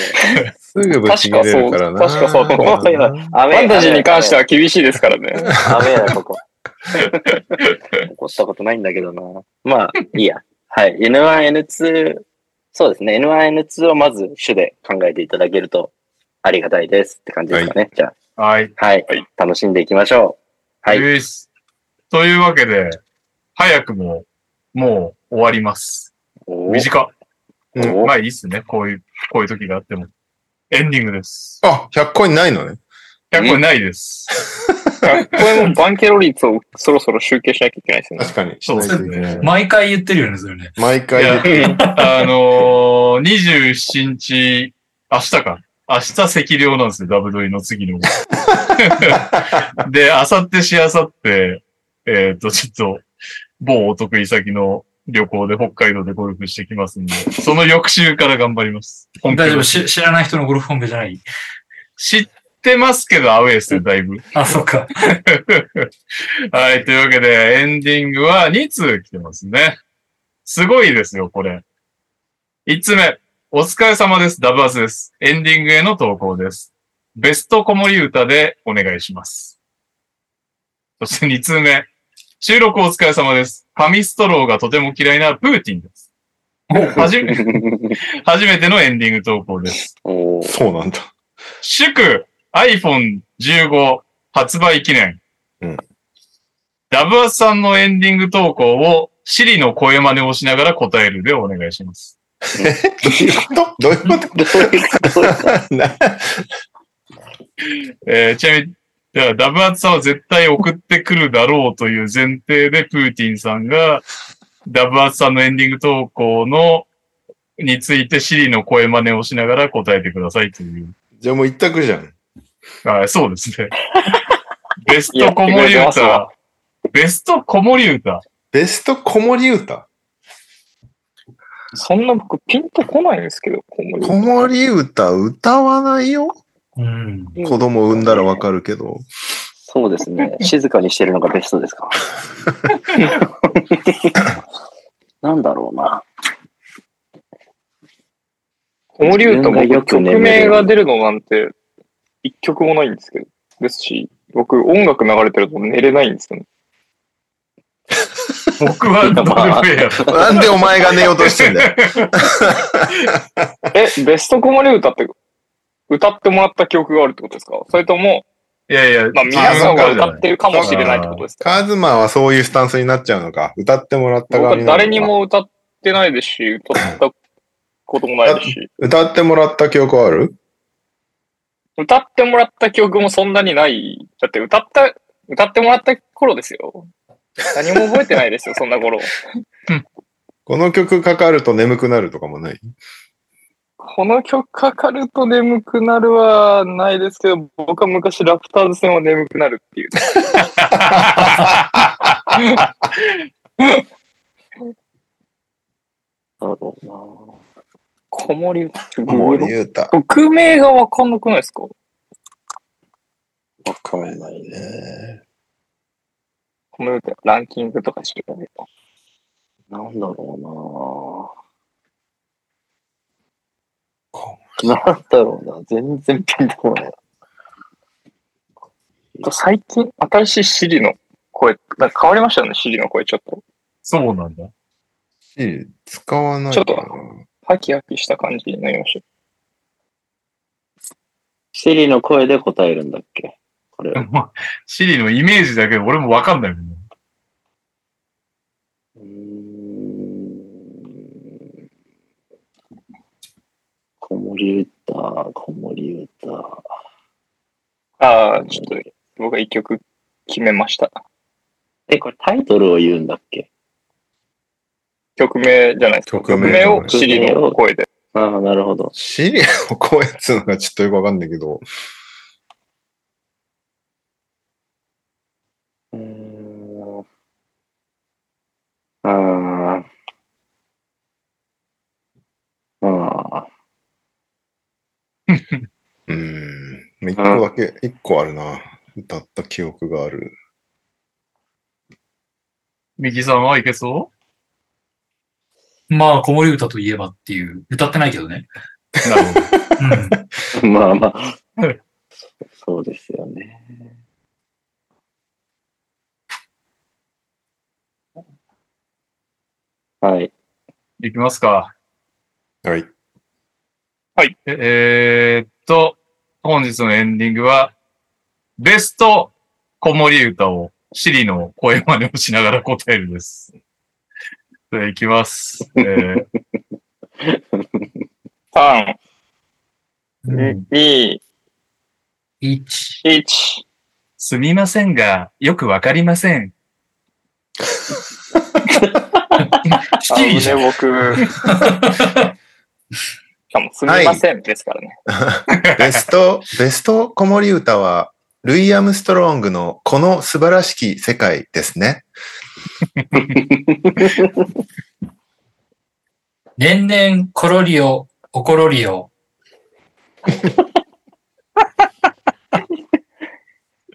S4: すぐぶち切れるからな。
S3: 確かそう確か
S8: おいおい。フ
S3: ファンタジーに関しては。厳しいで
S4: [laughs]
S3: すからね。
S8: ダメ [laughs] だ、ここ。怒ったことないんだけどな。まあ、いいや。はい。N1、N2、そうですね。N1、N2 をまず主で考えていただけるとありがたいですって感じですかね。じゃ
S2: はい。
S8: あ、はい、
S3: はい
S8: 楽しんでいきましょう。はい。
S2: よいしというわけで、早くも、もう終わります。
S8: おー
S2: 短っ。
S4: うん
S8: お
S2: まあいいっすね。こういう、こういう時があっても。エンディングです。
S4: あ、100コインないのね。
S2: 100個ないです。
S3: これもバンケロ率をそろそろ集計しなきゃいけないですね。
S4: 確かに。
S2: そうですね。
S5: 毎回言ってるよね、それね。
S4: 毎
S2: いや
S4: 回、
S2: あのー、27日、明日か。明日赤量なんですよ、ダブドリの次の。で、明後日し明後日、えっ、と、ちょっと、某お得意先の旅行で北海道でゴルフしてきますんで、その翌週から頑張ります。本気で
S5: 大丈夫、し知らない人のゴルフ本部じゃない。
S2: 知ってますけど、アウェイですね、だいぶ。
S5: あ、そっか。
S2: [laughs] はい、というわけで、エンディングは2通来てますね。すごいですよ、これ。1つ目、お疲れ様です、ダブアスです。エンディングへの投稿です。ベスト子守歌でお願いします。そして2通目、収録お疲れ様です。紙ストローがとても嫌いなプーティンです。はじめ初めてのエンディング投稿です。
S8: おー
S4: そうなんだ。
S2: 祝 iPhone15 発売記念。
S4: うん
S2: ダブアスさんのエンディング投稿を Siri の声真似をしながら答えるでお願いします。
S4: どういうこと [laughs] どういうこと
S8: どういうどういう
S4: な
S2: えーちなみに、ではダブアツさんは絶対送ってくるだろうという前提で、プーティンさんが、ダブアツさんのエンディング投稿の、について Siri の声真似をしながら答えてくださいという。
S4: じゃあもう一択じゃん。
S2: あそうです
S3: [laughs]
S2: ね。ベスト子守
S3: やってくれてます
S2: 歌
S3: わ。
S2: ベスト子守歌。
S4: ベスト子守歌。
S3: そんな僕ピンとこないんですけど、こん
S4: 子守歌歌わないよ。
S5: [laughs] うん。
S4: 子供産んだらわかるけど。
S8: そうですね。静かにしてるのがベストです [laughs] か。なんだろうな。
S3: 子守歌
S8: 自分がよ
S3: も
S8: く
S3: 曲
S8: 眠れる
S3: 名が出るのなんて一曲もないんですけど、ですし、僕音楽流れてると寝れないんですよね。
S2: 僕はドルフェ
S4: な
S2: ア。
S4: んでお前が寝ようとしてんだ [laughs] よ。
S3: え、ベスト子守歌って歌ってもらった記憶があるってことですかそれとも、
S2: いやいや、
S3: まあ皆さんが歌ってるかもしれないってことですか
S4: カズマはそういうスタンスになっちゃうのか。歌ってもらった
S3: 僕
S4: 側
S3: は
S4: になるのか
S3: 誰にも歌ってないですし、歌ったこともないですし、
S1: 歌ってもらった記憶はある
S3: 歌ってもらった記憶もそんなにない。だって歌った、歌ってもらった頃ですよ。何も覚えてないですよ、そんな頃。
S1: この曲かかると眠くなるとかもない
S3: この曲かかると眠くなるはないですけど、僕は昔ラプターズ戦は眠くなるっていう。
S8: なるほどな。
S3: 子守
S1: 森裕太。
S3: 曲名がわかんなくないですか
S1: わかんないね。
S3: このランキングとか調べると。
S8: なんだろ
S1: こ
S8: うな。なんだろうな。全然ピンとこない。
S3: 最近、新しいシリの声、なんか変わりましたよね、シリの声。ちょっと、
S2: そうなんだ。
S1: Siri 使わない
S3: ちょっと
S1: かな
S3: ハキハキした感じになりました。
S8: シリの声で答えるんだっけこれは。
S2: シリのイメージだけど俺もわかんないもんね。
S8: うーん。子守歌、子守歌。
S3: ああ、ちょっと、僕は一曲決めました。
S8: え、これタイトルを言うんだっけ
S3: 曲名じゃないですか。
S1: 曲
S3: 曲
S1: 名
S3: 名をシリの声で。
S8: ああ、なるほど。
S1: Siri の声っつうのがちょっとよくわかんないけど、
S8: うーん。ああ。ああ。
S1: うーん。まあ一個だけ、一個あるな。歌った記憶がある。
S2: 右さんはいけそ
S5: まあ、子守歌といえばっていう、歌ってないけどね。
S2: うなるほど。
S5: うん。
S8: [laughs] まあまあ
S2: はい。
S8: そうですよね。はい。
S2: いきますか。
S1: はい。
S2: ええーっと、本日のエンディングは、ベスト子守歌をシリの声真似をしながら答えるです。それいきます。えー
S3: 3、
S5: うん
S3: 2、
S5: 一、
S3: 1。
S2: すみませんが、よくわかりません。
S5: シ
S3: あの
S5: ティじゃ
S3: [laughs]
S5: ん。
S3: ね、僕。しかも、すみませんですからね。
S4: ベスト、 [laughs] ベスト子守歌は、ルイ・アームストロングのこの素晴らしき世界ですね。
S5: 年々、コロリオ、オコロリオ。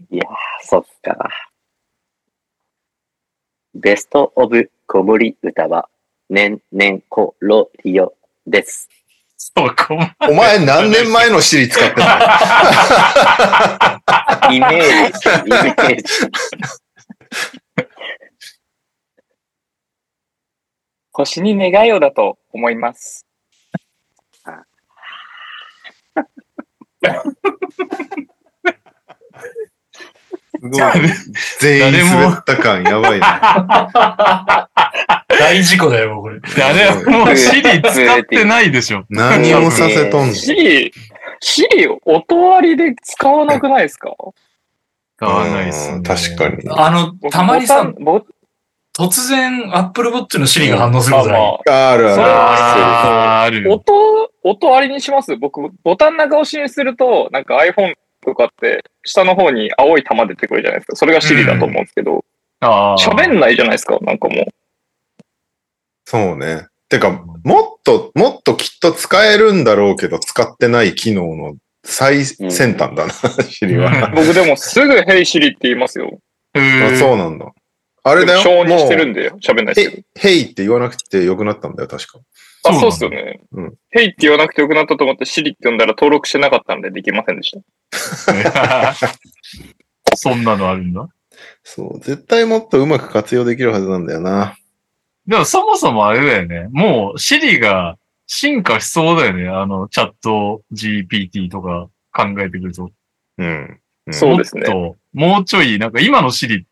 S8: いやー、そっか。ベストオブ子守歌は、年々コロリオです。
S2: そこま
S4: お前何年前のシリ使ってた
S8: イメージ、イメージ。
S3: 星に願いをだと思います。
S2: [laughs]
S4: 全員滑った感やばいな。
S5: 大事故だよ、これ。
S2: で、あれはもうシリ使ってないでしょ。
S4: 何をさせとんの
S3: シリ、シリ、音割りで使わなくないですか
S2: 使わないっす、ね
S1: うん。確かに。
S5: あの、たまにさ、
S3: 僕ボタンボ
S5: 突然、アップルボッチのシリが反応すること
S3: ま
S5: な
S3: あ
S5: い。
S1: あるある。
S2: あーあ
S3: まあ
S2: る。
S3: 音、音あれにします僕、ボタン長押しにすると、なんか iPhone とかって、下の方に青い玉出てくるじゃないですか。それがシリだと思うんですけど、
S2: あー
S3: 喋、んないじゃないですか、なんかもう。
S1: そうね。てか、もっと、もっときっと使えるんだろうけど、使ってない機能の最先端だな、シリは。
S3: 僕でもすぐ、ヘイシリって言いますよ。
S1: あ
S2: うーん
S1: そうなんだ。あれ
S3: で
S1: だ
S3: も承
S1: よ。
S3: 認
S1: も
S3: してる
S1: う、
S3: んで喋んないですけ
S1: へ、へいって言わなくてよくなったんだよ、確か。
S3: ど。あ、
S2: そう
S3: そうっすよね
S1: うん。
S3: ヘイって言わなくてよくなったと思って、シリって呼んだら登録してなかったんでできませんでした。
S2: [laughs] そんなのあるんだ。
S1: そう。絶対もっとうまく活用できるはずなんだよな。
S2: でもそもそもあれだよね。もう、シリが進化しそうだよね。あの、チャット GPT とか考えてくると。
S1: うん。ん
S3: そうですね
S2: もっと、もうちょい、なんか今のシリって、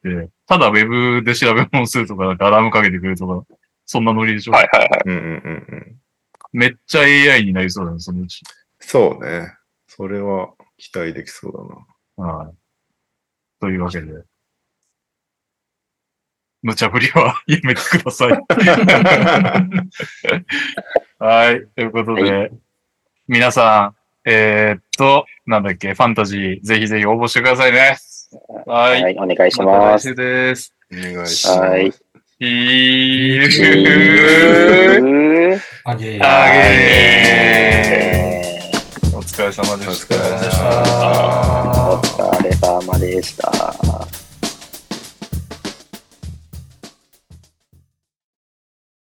S2: ただウェブで調べ物するとか、なんかアラームかけてくるとか、そんなノリでしょ、
S3: はいはいはい。
S4: うんうんうんうん。
S2: めっちゃ AI になりそうだね、そのうち。
S4: そうね。それは期待できそうだな。
S2: はい。というわけで。無茶ぶりは [laughs] やめてください。
S3: [laughs]
S2: はい。ということで、皆さん、えーっと、なんだっけ、ファンタジー、ぜひぜひ応募してくださいね。はい。
S8: はい、お願いし
S2: また
S8: ま
S2: 来
S8: す。
S2: 週です。
S4: お願いします。
S8: はい。
S2: ひー
S8: えー
S5: あげー。
S2: あげーお疲れ様でした。
S4: お疲れ様でした
S8: お疲れ様でした。